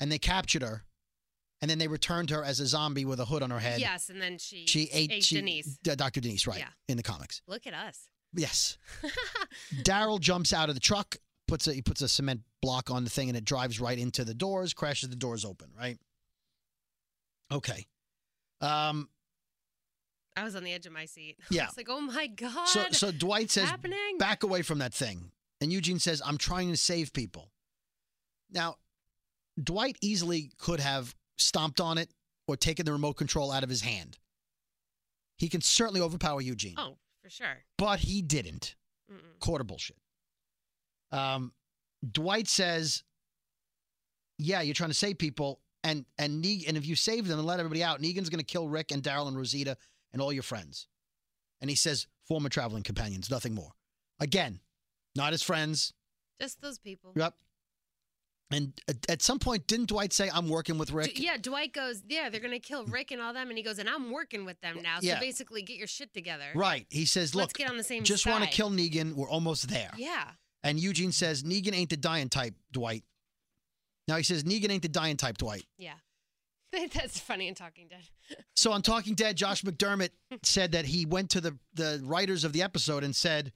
Speaker 3: and they captured her. And then they returned her as a zombie with a hood on her head.
Speaker 2: Yes, and then she
Speaker 3: She ate, she-
Speaker 2: Denise.
Speaker 3: D- Dr. Denise, right?
Speaker 2: Yeah.
Speaker 3: In the comics.
Speaker 2: Look at us. [LAUGHS]
Speaker 3: Yes. Daryl jumps out of the truck, puts a he puts a cement block on the thing, and it drives right into the doors, crashes the doors open, right? Okay. Um
Speaker 2: I was on the edge of my seat. [LAUGHS]
Speaker 3: Yeah.
Speaker 2: It's like, oh my god,
Speaker 3: so so Dwight says
Speaker 2: happening.
Speaker 3: back away from that thing. And Eugene says, I'm trying to save people. Now, Dwight easily could have stomped on it or taken the remote control out of his hand. He can certainly overpower Eugene.
Speaker 2: oh, for sure.
Speaker 3: But he didn't.
Speaker 2: Mm-mm.
Speaker 3: quarter bullshit. Um, Dwight says, "Yeah, you're trying to save people, and and Neg- and if you save them and let everybody out, Negan's going to kill Rick and Daryl and Rosita and all your friends." And he says, "Former traveling companions, nothing more." Again, not his friends.
Speaker 2: Just those people.
Speaker 3: Yep. And at, at some point, didn't Dwight say, "I'm working with
Speaker 2: D-
Speaker 3: Rick"? Mm.
Speaker 2: yeah, Dwight goes, yeah, they're gonna kill Rick and all them, and he goes, and I'm working with them now. So
Speaker 3: yeah.
Speaker 2: basically, get your shit together.
Speaker 3: Right. He says,
Speaker 2: Let's
Speaker 3: "Look,
Speaker 2: get on the same.
Speaker 3: just want to
Speaker 2: side."
Speaker 3: kill Negan. We're almost there."
Speaker 2: Yeah.
Speaker 3: And Eugene says, Negan ain't the dying type, Dwight. Now he says, Negan ain't the dying type, Dwight.
Speaker 2: [LAUGHS] That's funny in Talking Dead.
Speaker 3: So on Talking Dead, Josh McDermott said that he went to the, the writers of the episode and said,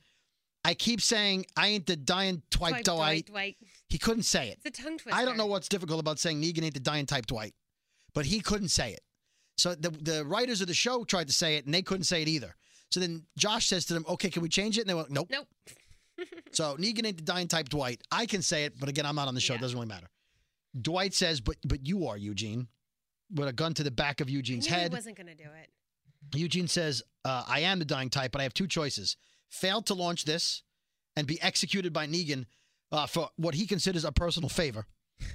Speaker 3: I keep saying I ain't the dying type, Dwight.
Speaker 2: Dwight, Dwight, Dwight.
Speaker 3: He couldn't say it.
Speaker 2: It's a tongue twister.
Speaker 3: I don't know what's difficult about saying Negan ain't the dying type, Dwight, but he couldn't say it. So the, the writers of the show tried to say it and they couldn't say it either. So then Josh says to them, Okay, can we change it? And they went,
Speaker 2: [LAUGHS]
Speaker 3: Nope.
Speaker 2: Nope.
Speaker 3: So Negan ain't the dying type Dwight. I can say it, but again, I'm not on the show. It
Speaker 2: Yeah.
Speaker 3: doesn't really matter. Dwight says, but but you are Eugene, with a gun to the back of
Speaker 2: I
Speaker 3: Eugene's
Speaker 2: knew he
Speaker 3: head.
Speaker 2: wasn't gonna do it.
Speaker 3: Eugene says, uh, I am the dying type, but I have two choices: fail to launch this, and be executed by Negan uh, for what he considers a personal
Speaker 2: [LAUGHS]
Speaker 3: favor,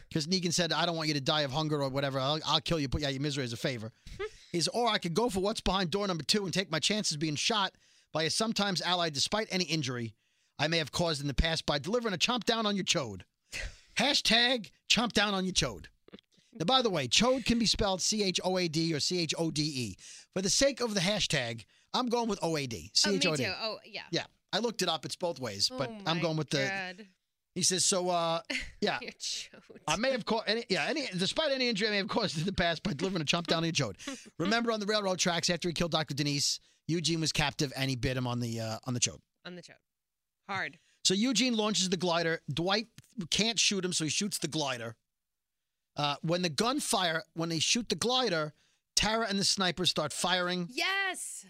Speaker 3: because Negan said, I don't want you to die of hunger or whatever. I'll, I'll kill you, put you out of your misery as a
Speaker 2: [LAUGHS]
Speaker 3: favor. He says, or I could go for what's behind door number two and take my chances being shot by a sometimes ally, despite any injury I may have caused in the past by delivering a chomp down on your
Speaker 2: [LAUGHS]
Speaker 3: chode. Hashtag chomp down on your chode. Now, by the way, chode can be spelled C H O A D or C H O D E. For the sake of the hashtag, I'm going with O A D. C H
Speaker 2: oh,
Speaker 3: O
Speaker 2: me
Speaker 3: D.
Speaker 2: too. Oh, yeah.
Speaker 3: I looked it up. It's both ways, but
Speaker 2: Oh
Speaker 3: I'm
Speaker 2: my
Speaker 3: going with the. uh,
Speaker 2: God.
Speaker 3: He says, so uh, yeah,
Speaker 2: [LAUGHS] You're choked.
Speaker 3: I may have caused any, yeah, any, despite any injury I may have caused in the past by delivering a chump down in a
Speaker 2: [LAUGHS]
Speaker 3: chode. Remember on the railroad tracks after he killed Dr. Denise, Eugene was captive and he bit him on the, uh, on the chode.
Speaker 2: on the choke. Hard.
Speaker 3: So Eugene launches the glider. Dwight can't shoot him, so he shoots the glider. Uh, when the gunfire, when they shoot the glider, Tara and the snipers start firing,
Speaker 2: Yes.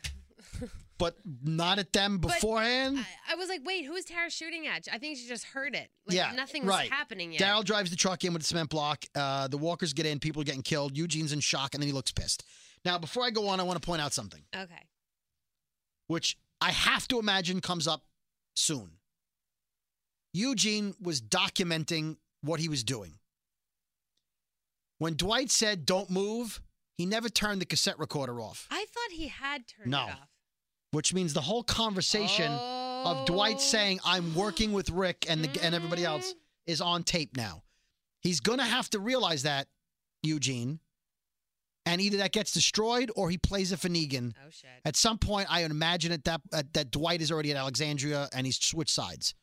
Speaker 3: but not at them
Speaker 2: But
Speaker 3: beforehand.
Speaker 2: I, I was like, wait, who is Tara shooting at? I think she just heard it. Like,
Speaker 3: Yeah,
Speaker 2: Nothing was
Speaker 3: right.
Speaker 2: happening yet.
Speaker 3: Daryl drives the truck in with a cement block. Uh, the walkers get in. People are getting killed. Eugene's in shock, and then he looks pissed. Now, before I go on, I want to point out something,
Speaker 2: okay.
Speaker 3: which I have to imagine comes up soon. Eugene was documenting what he was doing. When Dwight said, don't move, he never turned the cassette recorder off,
Speaker 2: I thought he had turned
Speaker 3: No.
Speaker 2: it off.
Speaker 3: which means the whole conversation of Dwight
Speaker 2: Oh.
Speaker 3: saying, I'm working with Rick and, the, and everybody else
Speaker 2: Mm.
Speaker 3: is on tape now. He's going to have to realize that, Eugene. And either that gets destroyed or he plays it for Negan.
Speaker 2: Oh, shit.
Speaker 3: At some point, I imagine at that, at, that Dwight is already at Alexandria and he's switched sides.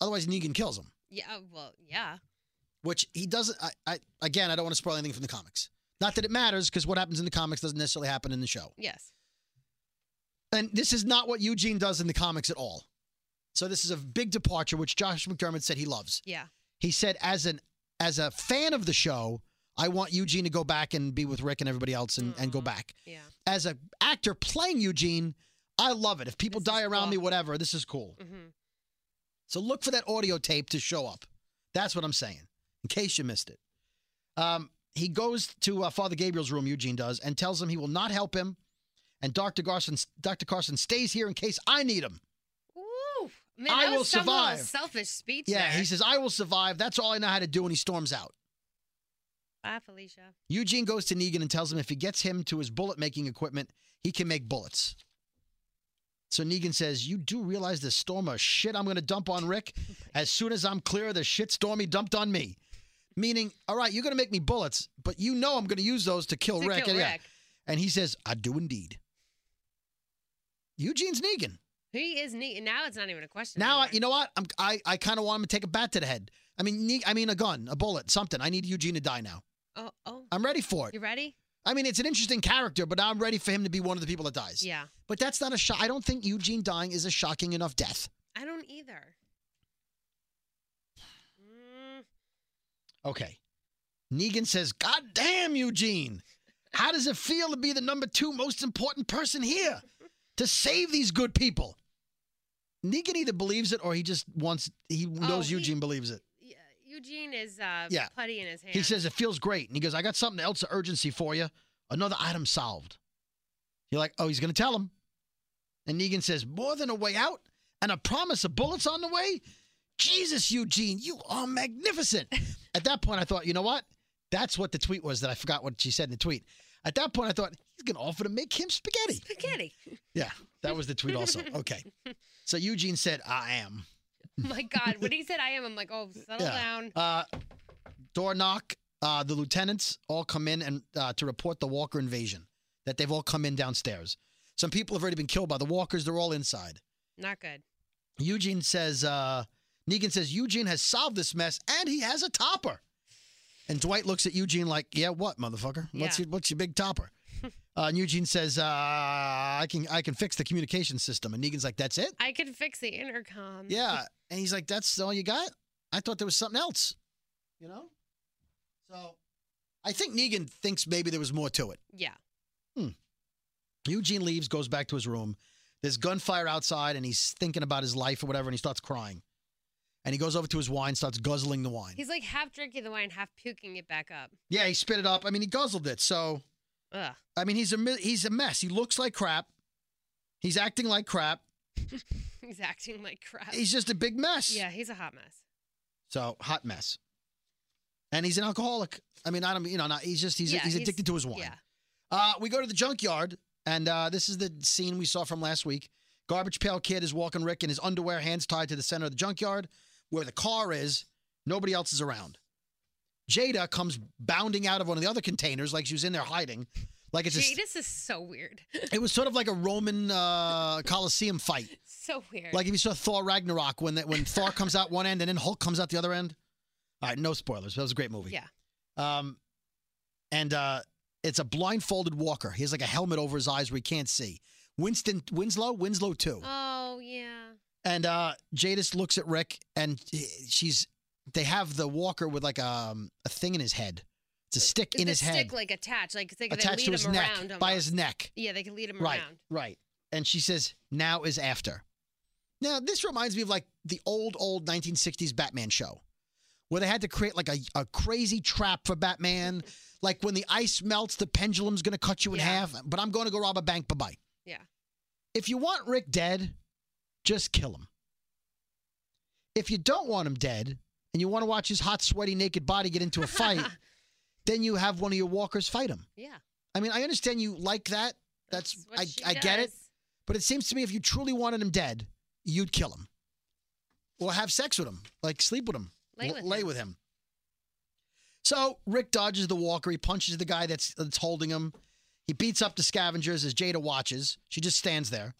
Speaker 3: Otherwise, Negan kills him,
Speaker 2: Yeah, oh, well, yeah.
Speaker 3: which he doesn't. I, I Again, I don't want to spoil anything from the comics. Not that it matters because what happens in the comics doesn't necessarily happen in the show.
Speaker 2: Yes.
Speaker 3: And this is not what Eugene does in the comics at all. So this is a big departure, which Josh McDermott said he loves.
Speaker 2: Yeah.
Speaker 3: He said, as an as a fan of the show, I want Eugene to go back and be with Rick and everybody else and, and go
Speaker 2: Aw.
Speaker 3: back.
Speaker 2: Yeah.
Speaker 3: As an actor playing Eugene, I love it. If people
Speaker 2: This is
Speaker 3: die around
Speaker 2: cool.
Speaker 3: me, whatever, this is cool.
Speaker 2: hmm
Speaker 3: So look for that audio tape to show up. That's what I'm saying, in case you missed it. Um, he goes to uh, Father Gabriel's room, Eugene does, and tells him he will not help him and Dr. Carson, Dr. Carson stays here in case I need him.
Speaker 2: Ooh, man,
Speaker 3: I
Speaker 2: that
Speaker 3: will
Speaker 2: was some little
Speaker 3: survive.
Speaker 2: selfish speech
Speaker 3: Yeah,
Speaker 2: there.
Speaker 3: he says, I will survive. That's all I know how to do. And he storms out.
Speaker 2: Bye, Felicia.
Speaker 3: Eugene goes to Negan and tells him if he gets him to his bullet making equipment, he can make bullets. So Negan says, You do realize the storm of shit I'm going to dump on
Speaker 2: [LAUGHS]
Speaker 3: Rick as soon as I'm clear of the shit storm he dumped on me. Meaning, all right, you're going to make me bullets, but you know I'm going to use those to kill
Speaker 2: To
Speaker 3: Rick.
Speaker 2: kill
Speaker 3: and, yeah.
Speaker 2: Rick.
Speaker 3: and he says, I do indeed. Eugene's Negan.
Speaker 2: He is neat. Now it's not even a question.
Speaker 3: Now, I,
Speaker 2: anymore.
Speaker 3: you know what? I'm, I, I kind of want him to take a bat to the head. I mean, ne- I mean, a gun, a bullet, something. I need Eugene to die now.
Speaker 2: Oh, oh,
Speaker 3: I'm ready for it.
Speaker 2: you ready?
Speaker 3: I mean, it's an interesting character, but I'm ready for him to be one of the people that dies.
Speaker 2: Yeah.
Speaker 3: But that's not a shock. I don't think Eugene dying is a shocking enough death.
Speaker 2: I don't either. Mm,
Speaker 3: Okay. Negan says, God damn, Eugene. How does it feel to be the number two most important person here to save these good people? Negan either believes it or he just wants, he knows
Speaker 2: Oh, he-
Speaker 3: Eugene believes it.
Speaker 2: yeah, Eugene is uh,
Speaker 3: Yeah.
Speaker 2: putty in his hand.
Speaker 3: He says it feels great, and he goes, "I got something else of urgency for you. Another item solved." You're like, "Oh, he's gonna tell him." And Negan says, "More than a way out, and a promise of bullets on the way." Jesus, Eugene, you are magnificent. At that point, I thought, you know what? That's what the tweet was that I forgot what she said in the tweet. At that point, I thought he's gonna offer to make him spaghetti.
Speaker 2: spaghetti. [LAUGHS]
Speaker 3: Yeah, that was the tweet also. Okay, so Eugene said, "I am."
Speaker 2: My God, when he said I am, I'm like, oh, settle
Speaker 3: Yeah.
Speaker 2: down.
Speaker 3: Uh, door knock. Uh, the lieutenants all come in and uh, to report the Walker invasion. That they've all come in downstairs. Some people have already been killed by the Walkers. They're all inside.
Speaker 2: Not good.
Speaker 3: Eugene says. Uh, Negan says Eugene has solved this mess and he has a topper. And Dwight looks at Eugene like, "Yeah, what, motherfucker? What's
Speaker 2: Yeah.
Speaker 3: your what's your big topper?" uh, and Eugene says, uh, "I can I can fix the communication system." And Negan's like, "That's it?
Speaker 2: I can fix the intercom.
Speaker 3: Yeah. And he's like, that's all you got? I thought there was something else. You know? So I think Negan thinks maybe there was more to it.
Speaker 2: Yeah.
Speaker 3: Eugene leaves, goes back to his room. There's gunfire outside, and he's thinking about his life or whatever, and he starts crying. And he goes over to his wine, starts guzzling the wine.
Speaker 2: He's like half drinking the wine, half puking it back up.
Speaker 3: yeah, he spit it up. I mean, he guzzled it. So,
Speaker 2: Ugh. [LAUGHS]
Speaker 3: I mean, he's a mi- he's a mess. He looks like crap. He's acting like crap.
Speaker 2: He's acting like crap.
Speaker 3: He's just a big mess.
Speaker 2: yeah, he's a hot mess.
Speaker 3: So hot mess. And he's an alcoholic. I mean, I don't, you know, not, he's just, he's,
Speaker 2: Yeah,
Speaker 3: he's
Speaker 2: he's-
Speaker 3: addicted to his wine.
Speaker 2: Yeah.
Speaker 3: Uh, we go to the junkyard, and uh, this is the scene we saw from last week. Garbage pail kid is walking Rick in his underwear, hands tied to the center of the junkyard, where the car is. Nobody else is around. Jada comes bounding out of one of the other containers, like she was in there hiding, like it's just.
Speaker 2: Jadis is so weird. [LAUGHS]
Speaker 3: It was sort of like a Roman uh, Colosseum fight,
Speaker 2: so weird.
Speaker 3: like if you saw Thor Ragnarok when that when Thor comes out one end and then Hulk comes out the other end. All right, no spoilers. That was a great movie.
Speaker 2: Yeah.
Speaker 3: Um, and uh, it's a blindfolded walker. He has like a helmet over his eyes where he can't see. Winston Winslow, Winslow too.
Speaker 2: Oh yeah.
Speaker 3: and uh, Jadis looks at Rick, and he- she's they have the walker with like a, um, a thing in his head. It's a stick in
Speaker 2: the
Speaker 3: his
Speaker 2: stick
Speaker 3: head,
Speaker 2: like attached, like they can
Speaker 3: attached
Speaker 2: lead
Speaker 3: to his
Speaker 2: him
Speaker 3: neck
Speaker 2: around.
Speaker 3: by
Speaker 2: almost.
Speaker 3: his neck.
Speaker 2: yeah, they can lead him
Speaker 3: Right,
Speaker 2: around.
Speaker 3: right. And she says, "Now is after." Now this reminds me of like the old, old 1960s Batman show, where they had to create like a, a crazy trap for
Speaker 2: [LAUGHS]
Speaker 3: Batman. like when the ice melts, the pendulum's going to cut you in
Speaker 2: Yeah.
Speaker 3: half. But I'm going to go rob a bank. Bye bye.
Speaker 2: Yeah.
Speaker 3: If you want Rick dead, just kill him. If you don't want him dead, and you want to watch his hot, sweaty, naked body get into a
Speaker 2: [LAUGHS]
Speaker 3: fight, then you have one of your walkers fight him.
Speaker 2: Yeah.
Speaker 3: I mean, I understand you like that. That's,
Speaker 2: what she
Speaker 3: I, I get it.
Speaker 2: does.
Speaker 3: But it seems to me if you truly wanted him dead, you'd kill him. Or have sex with him. Like sleep with him.
Speaker 2: Lay
Speaker 3: L-
Speaker 2: with
Speaker 3: lay
Speaker 2: him.
Speaker 3: with him. So Rick dodges the walker. He punches the guy that's that's holding him. He beats up the scavengers as Jada watches. She just stands there.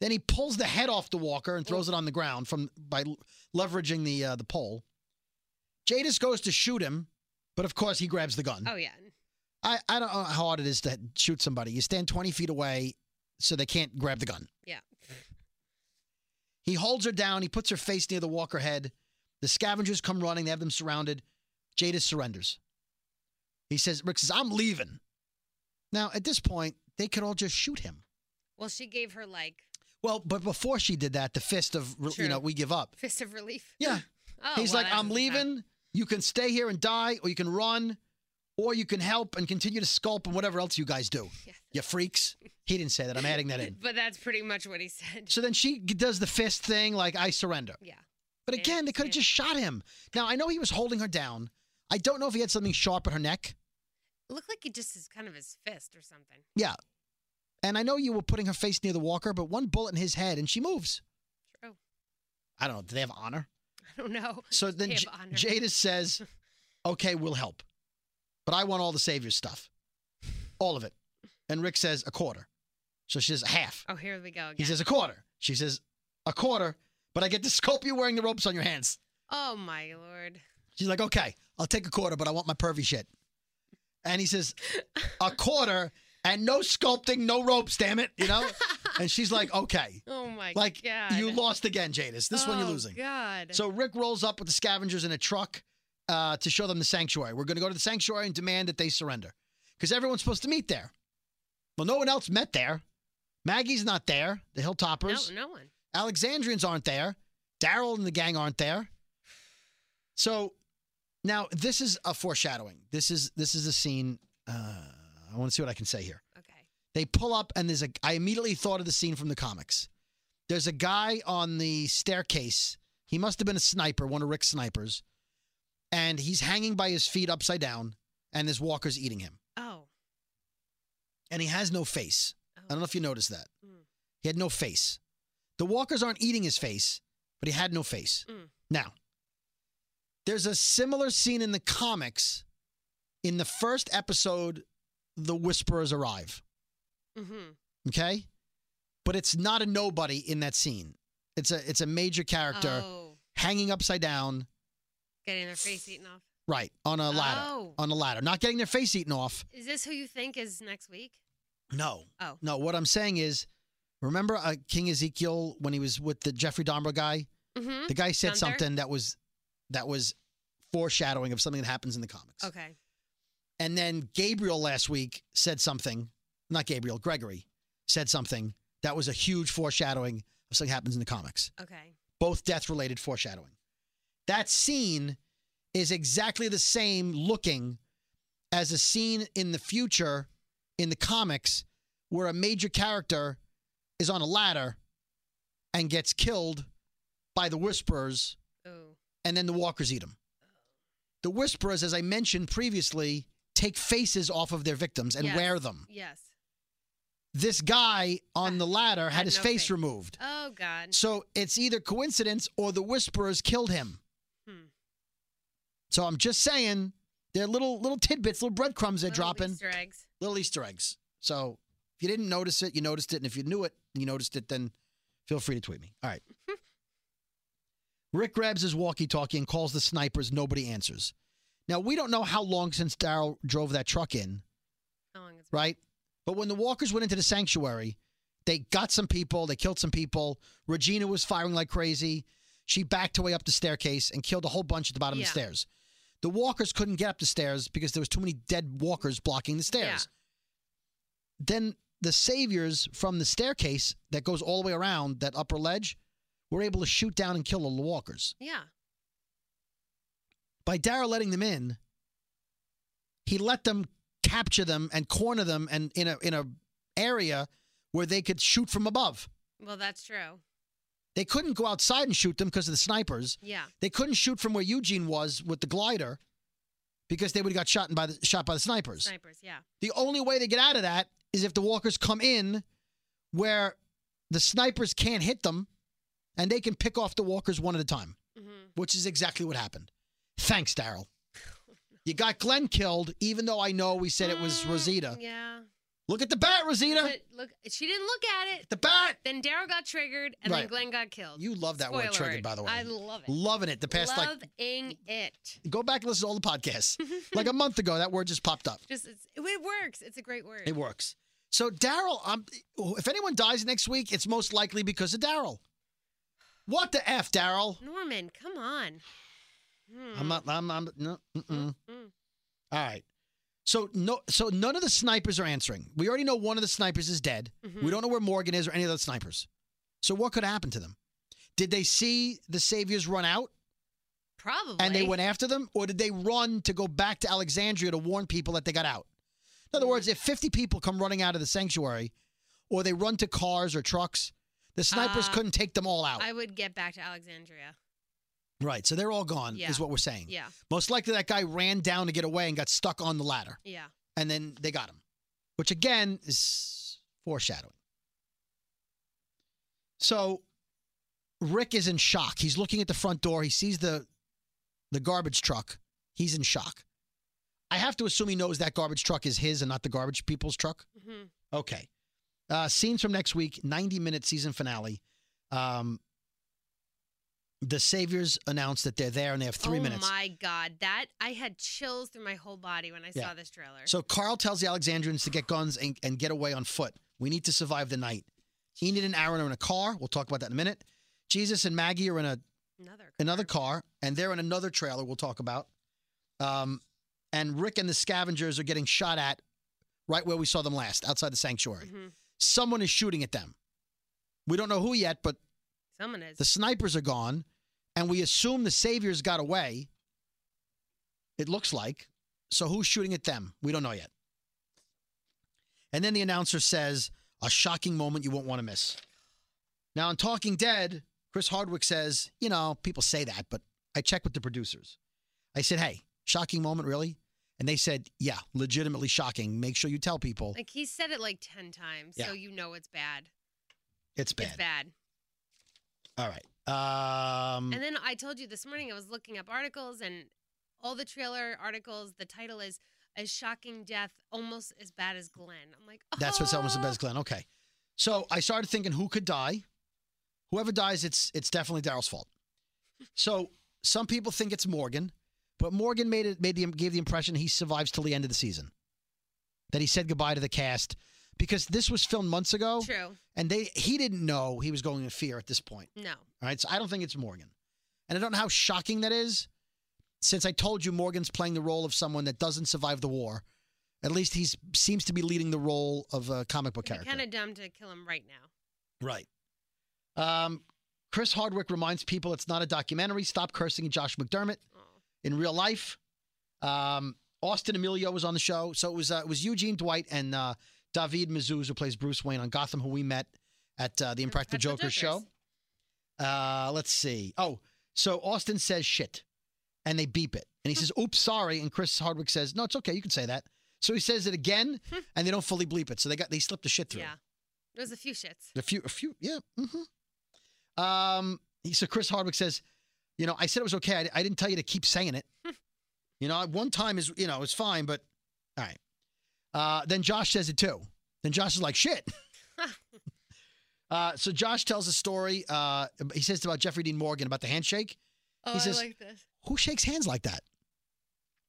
Speaker 3: Then he pulls the head off the walker and throws it on the ground from by l- leveraging the uh, the pole. Jadis goes to shoot him, but of course he grabs the gun.
Speaker 2: Oh yeah.
Speaker 3: I, I don't know how hard it is to shoot somebody. You stand 20 feet away so they can't grab the gun.
Speaker 2: Yeah.
Speaker 3: He holds her down. He puts her face near the walker head. The scavengers come running. They have them surrounded. Jada surrenders. He says, Rick says, I'm leaving. Now, at this point, they could all just shoot him.
Speaker 2: Well, she gave her like [LAUGHS]
Speaker 3: Well, but before she did that, the fist of,
Speaker 2: True.
Speaker 3: you know, we give up.
Speaker 2: fist of relief.
Speaker 3: Yeah.
Speaker 2: [LAUGHS] Oh,
Speaker 3: He's
Speaker 2: well,
Speaker 3: like,
Speaker 2: that
Speaker 3: I'm
Speaker 2: doesn't count.
Speaker 3: leaving. You can stay here and die, or you can run. Or you can help and continue to sculpt and whatever else you guys
Speaker 2: [LAUGHS]
Speaker 3: do.
Speaker 2: Yeah.
Speaker 3: You freaks. He didn't say that. I'm adding that
Speaker 2: [LAUGHS]
Speaker 3: in.
Speaker 2: [LAUGHS] But that's pretty much what he said. [LAUGHS]
Speaker 3: So then she g- does the fist thing, like, I surrender.
Speaker 2: Yeah.
Speaker 3: But
Speaker 2: Yeah,
Speaker 3: again, they could
Speaker 2: yeah.
Speaker 3: have just shot him. Now, I know he was holding her down. I don't know if he had something sharp at her neck.
Speaker 2: Looked like it just is kind of his fist or something. [LAUGHS]
Speaker 3: Yeah. And I know you were putting her face near the walker, but one bullet in his head and she moves.
Speaker 2: True.
Speaker 3: I don't know. Do they have honor?
Speaker 2: I don't know. [LAUGHS]
Speaker 3: So then
Speaker 2: They have
Speaker 3: J-
Speaker 2: honor.
Speaker 3: Jada
Speaker 2: [LAUGHS]
Speaker 3: says, okay, we'll help. But I want all the savior stuff, all of it. And Rick says, a quarter. So she says, a half.
Speaker 2: Oh, here we go again.
Speaker 3: He says, a quarter. She says, a quarter, but I get to [LAUGHS] sculpt you wearing the ropes on your hands.
Speaker 2: oh my lord.
Speaker 3: She's like, okay, I'll take a quarter, but I want my pervy shit. And he
Speaker 2: [LAUGHS]
Speaker 3: says, a quarter and no sculpting, no ropes, damn it, you know? And she's like, okay.
Speaker 2: Oh [LAUGHS] my
Speaker 3: Like,
Speaker 2: god.
Speaker 3: you lost again, Jadis. This one you're
Speaker 2: Oh,
Speaker 3: losing.
Speaker 2: God.
Speaker 3: So Rick rolls up with the scavengers in a truck uh, to show them the sanctuary. We're going to go to the sanctuary and demand that they surrender because everyone's supposed to meet there. Well, no one else met there. Maggie's not there. The
Speaker 2: no,
Speaker 3: Hilltoppers,
Speaker 2: no one.
Speaker 3: Alexandrians aren't there. Daryl and the gang aren't there. So now this is a foreshadowing. This is this is a scene. Uh, I want to see what I can say here.
Speaker 2: Okay.
Speaker 3: They pull up, and there's a. I immediately thought of the scene from the comics. There's a guy on the staircase. He must have been a sniper, one of Rick's snipers, and he's hanging by his feet upside down, and there's walkers eating him,
Speaker 2: Oh.
Speaker 3: and he has no face. I don't know if you noticed that.
Speaker 2: Mm.
Speaker 3: He had no face. The walkers aren't eating his face, but he had no face.
Speaker 2: Mm.
Speaker 3: Now, there's a similar scene in the comics. In the first episode, the whisperers arrive.
Speaker 2: hmm
Speaker 3: okay but it's not a nobody in that scene it's a it's a major character
Speaker 2: Oh.
Speaker 3: hanging upside down
Speaker 2: Getting their face eaten off.
Speaker 3: right on a ladder
Speaker 2: Oh.
Speaker 3: on a ladder not getting their face eaten off
Speaker 2: Is this who you think is next week?
Speaker 3: no
Speaker 2: Oh.
Speaker 3: no what i'm saying is remember uh, king ezekiel when he was with the jeffrey dahmer guy
Speaker 2: Mm-hmm.
Speaker 3: the guy said
Speaker 2: Gunther?
Speaker 3: something that was that was foreshadowing of something that happens in the comics
Speaker 2: Okay.
Speaker 3: and then gabriel last week said something not gabriel gregory said something that was a huge foreshadowing of something that happens in the comics
Speaker 2: Okay.
Speaker 3: both death related foreshadowing. That scene is exactly the same looking as a scene in the future in the comics where a major character is on a ladder and gets killed by the Whisperers
Speaker 2: Oh.
Speaker 3: and then the Walkers eat him. The Whisperers, as I mentioned previously, take faces off of their victims and
Speaker 2: Yes.
Speaker 3: wear them.
Speaker 2: Yes.
Speaker 3: This guy on
Speaker 2: Ah,
Speaker 3: the ladder had
Speaker 2: had
Speaker 3: his
Speaker 2: no
Speaker 3: face
Speaker 2: face.
Speaker 3: removed.
Speaker 2: Oh God.
Speaker 3: So it's either coincidence or the whisperers killed him.
Speaker 2: Hmm.
Speaker 3: So I'm just saying they're little little tidbits, little breadcrumbs they're
Speaker 2: Little
Speaker 3: dropping,
Speaker 2: Easter eggs.
Speaker 3: little Easter eggs. So if you didn't notice it, you noticed it, and if you knew it, and you noticed it, then feel free to tweet me. All right.
Speaker 2: [LAUGHS]
Speaker 3: Rick grabs his walkie-talkie and calls the snipers. Nobody answers. Now we don't know how long since Daryl drove that truck in,
Speaker 2: How long is
Speaker 3: right? But when the walkers went into the sanctuary, they got some people, they killed some people. Regina was firing like crazy. She backed her way up the staircase and killed a whole bunch at the bottom of
Speaker 2: Yeah.
Speaker 3: the stairs. The walkers couldn't get up the stairs because there was too many dead walkers blocking the stairs. Then the saviors from the staircase that goes all the way around that upper ledge were able to shoot down and kill all the walkers
Speaker 2: Yeah.
Speaker 3: by Dara letting them in, he let them capture them and corner them and in a in a area where they could shoot from above.
Speaker 2: Well, that's true.
Speaker 3: They couldn't go outside and shoot them because of the snipers.
Speaker 2: Yeah.
Speaker 3: They couldn't shoot from where Eugene was with the glider because they would have got shot and by the shot by the snipers.
Speaker 2: Snipers. Yeah.
Speaker 3: The only way they get out of that is if the walkers come in where the snipers can't hit them and they can pick off the walkers one at a time
Speaker 2: Mm-hmm.
Speaker 3: which is exactly what happened. Thanks, Daryl. You got Glenn killed, even though I know we said it was Rosita.
Speaker 2: Yeah.
Speaker 3: Look at the bat, Rosita.
Speaker 2: Mm. But look, she didn't look at it.
Speaker 3: The bat.
Speaker 2: Then Daryl got triggered, and
Speaker 3: Right.
Speaker 2: then Glenn got killed.
Speaker 3: You love that word
Speaker 2: Spoiler
Speaker 3: triggered,
Speaker 2: alert.
Speaker 3: by the way.
Speaker 2: I love it.
Speaker 3: Loving it. The past like
Speaker 2: Loving it.
Speaker 3: go back and listen to all the
Speaker 2: [LAUGHS]
Speaker 3: podcasts. like a month ago, that word just popped up.
Speaker 2: Just it's, it works. It's a great word.
Speaker 3: It works. So Daryl, um, if anyone dies next week, it's most likely because of Daryl. What the f, Daryl?
Speaker 2: Norman, come on. Hmm.
Speaker 3: I'm not. I'm. I'm no. Mm-mm.
Speaker 2: Mm.
Speaker 3: All right. So no. So none of the snipers are answering. We already know one of the snipers is dead. We
Speaker 2: Mhm.
Speaker 3: don't know where Morgan is or any of the snipers. So what could happen to them? Did they see the saviors run out?
Speaker 2: Probably.
Speaker 3: and they went after them, or did they run to go back to Alexandria to warn people that they got out? In other words, if 50 people come running out of the sanctuary, or they run to cars or trucks, the snipers
Speaker 2: Uh,
Speaker 3: couldn't take them all out.
Speaker 2: I would get back to Alexandria.
Speaker 3: right, so they're all gone,
Speaker 2: Yeah.
Speaker 3: is what we're saying.
Speaker 2: Yeah.
Speaker 3: Most likely that guy ran down to get away and got stuck on the ladder,
Speaker 2: Yeah.
Speaker 3: and then they got him, which again is foreshadowing. So Rick is in shock. He's looking at the front door. He sees the the garbage truck. He's in shock. I have to assume he knows that garbage truck is his and not the garbage people's truck.
Speaker 2: hmm
Speaker 3: Okay. Uh, scenes from next week, 90 minute season finale. Um, the Saviors announce that they're there and they have three
Speaker 2: oh
Speaker 3: minutes.
Speaker 2: my God. That, I had chills through my whole body when I
Speaker 3: Yeah.
Speaker 2: saw this trailer.
Speaker 3: So Carl tells the Alexandrians to get guns and, and get away on foot. We need to survive the night. Enid and Aaron are in a car. We'll talk about that in a minute. Jesus and Maggie are in a
Speaker 2: another.
Speaker 3: another car, and they're in another trailer we'll talk about. Um, and Rick and the scavengers are getting shot at right where we saw them last, outside the sanctuary.
Speaker 2: Mhm.
Speaker 3: Someone is shooting at them. We don't know who yet, but
Speaker 2: Someone is.
Speaker 3: the snipers are gone, and we assume the saviors got away. It looks like. So who's shooting at them? We don't know yet. And then the announcer says, a shocking moment you won't want to miss. Now, in Talking Dead, Chris Hardwick says, you know, people say that, but I checked with the producers. I said, hey, shocking moment, really? And they said, yeah, legitimately shocking. Make sure you tell people
Speaker 2: like he said it like 10 times.
Speaker 3: Yeah.
Speaker 2: So you know it's bad.
Speaker 3: it's bad.
Speaker 2: It's bad.
Speaker 3: All right. Um,
Speaker 2: And then I told you this morning I was looking up articles and all the trailer articles. The title is "A Shocking Death Almost as Bad as Glenn." I'm like, oh.
Speaker 3: That's what's almost the best, Glenn. Okay. So I started thinking who could die. Whoever dies, it's it's definitely Daryl's fault. So some people think it's Morgan, but Morgan made it made the gave the impression he survives till the end of the season. That he said goodbye to the cast because this was filmed months ago,
Speaker 2: "Oh, True.
Speaker 3: and they he didn't know he was going in fear at this point.
Speaker 2: No.
Speaker 3: All right, so I don't think it's Morgan, and I don't know how shocking that is, since I told you Morgan's playing the role of someone that doesn't survive the war. At least he seems to be leading the role of a comic book
Speaker 2: It'd be
Speaker 3: character.
Speaker 2: kind of dumb to kill him right now.
Speaker 3: Right. Um, Chris Hardwick reminds people it's not a documentary. Stop cursing Josh McDermott
Speaker 2: Oh.
Speaker 3: in real life. Um, Austin Emilio was on the show, so it was uh, it was Eugene Dwight and uh, David Mazouz who plays Bruce Wayne on Gotham, who we met at uh, the Impractical
Speaker 2: Impractical
Speaker 3: Jokers show.
Speaker 2: Jokers.
Speaker 3: Uh, let's see. Oh, so Austin says shit, and they beep it,
Speaker 2: Hmm.
Speaker 3: and he says, "Oops, sorry," and Chris Hardwick says, "No, it's okay, you can say that." So he says it again,
Speaker 2: Hmm.
Speaker 3: and they don't fully bleep it, so they got they slipped the shit through.
Speaker 2: Yeah. It was a few shits.
Speaker 3: A few, a few, yeah. hmm Um, he- so Chris Hardwick says, you know, I said it was okay. I, I didn't tell you to keep saying it. you know, one time is, you know, it's fine, but all right. Uh, then Josh says it too. Then Josh is like, shit. [LAUGHS] uh, so Josh tells a story. Uh, he says about Jeffrey Dean Morgan about the handshake.
Speaker 2: Oh,
Speaker 3: He says-
Speaker 2: like this. [LAUGHS]
Speaker 3: Who shakes hands like that?